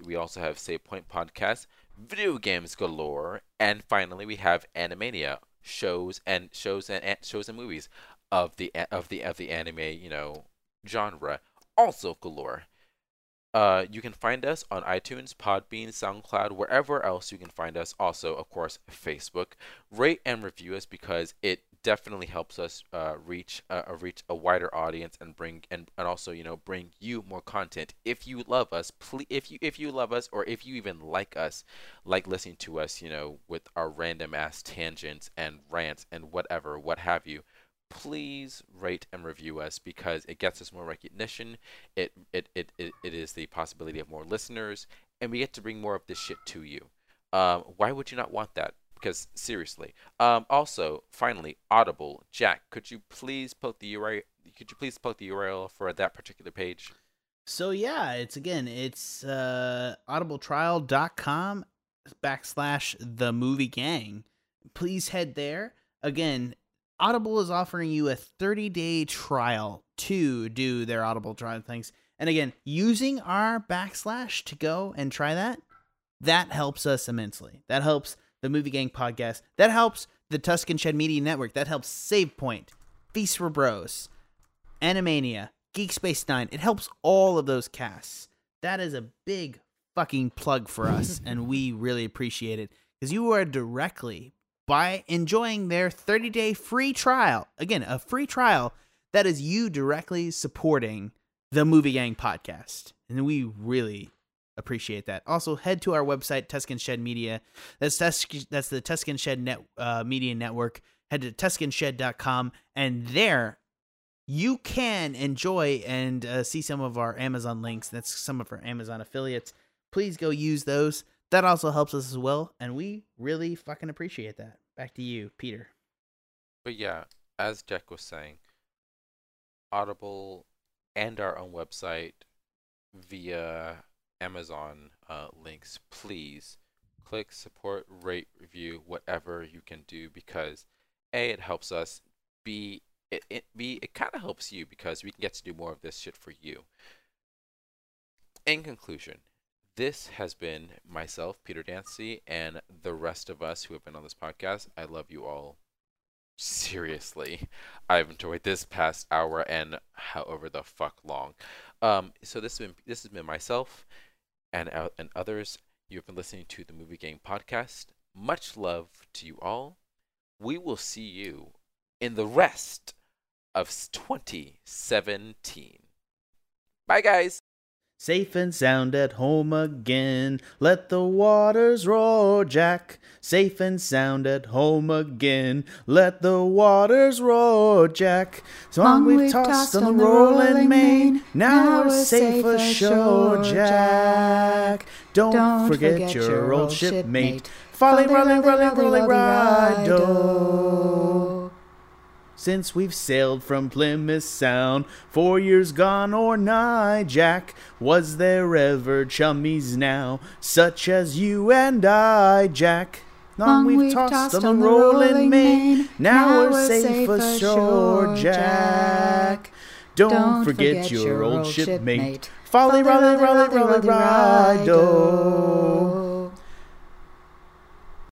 we also have save point podcast video games galore and finally we have animania shows and shows and, and shows and movies of the a- of the of the anime you know genre also galore uh, you can find us on iTunes, Podbean, SoundCloud, wherever else you can find us. Also, of course, Facebook. Rate and review us because it definitely helps us uh, reach uh, uh, reach a wider audience and bring and, and also you know bring you more content. If you love us, please if you if you love us or if you even like us, like listening to us, you know, with our random ass tangents and rants and whatever, what have you. Please rate and review us because it gets us more recognition it it, it, it it is the possibility of more listeners and we get to bring more of this shit to you um, why would you not want that because seriously um, also finally audible jack could you please put the url could you please put the url for that particular page So yeah, it's again, it's uh audibletrial.com backslash the movie gang. Please head there. Again, Audible is offering you a 30-day trial to do their Audible trial things. And again, using our backslash to go and try that, that helps us immensely. That helps the Movie Gang podcast. That helps the Tuscan Shed Media Network. That helps Save Point, Feast for Bros. Animania, Geek Space Nine. It helps all of those casts. That is a big fucking plug for us, and we really appreciate it because you are directly by enjoying their 30 day free trial. Again, a free trial that is you directly supporting the Movie Gang podcast, and we really appreciate that. Also, head to our website, Tuscan Shed Media. That's Tus- that's the Tuscan Shed Net uh, Media Network. Head to TuscanShed.com, and there you can enjoy and uh, see some of our Amazon links. That's some of our Amazon affiliates. Please go use those. That also helps us as well, and we really fucking appreciate that. Back to you, Peter. But yeah, as Jack was saying, Audible and our own website via Amazon uh, links, please click support, rate, review, whatever you can do because A, it helps us. B, it, it, B, it kind of helps you because we can get to do more of this shit for you. In conclusion, this has been myself, Peter Dancy, and the rest of us who have been on this podcast. I love you all seriously. I've enjoyed this past hour and however the fuck long. Um, so this has been this has been myself and uh, and others. You've been listening to the Movie Game Podcast. Much love to you all. We will see you in the rest of s- 2017. Bye, guys. Safe and sound at home again. Let the waters roar, Jack. Safe and sound at home again. Let the waters roar, Jack. Long we've tossed on the rolling main. Now we're safe ashore, Jack. Don't forget your old shipmate. Folly, rolling, rolling, rolling, ride since we've sailed from Plymouth Sound. Four years gone or nigh, Jack. Was there ever chummies now, such as you and I, Jack? Long we've tossed on the rolling main, now we're safe ashore, Jack. Don't forget your old shipmate, folly, rolly, rolly, rolly, rido.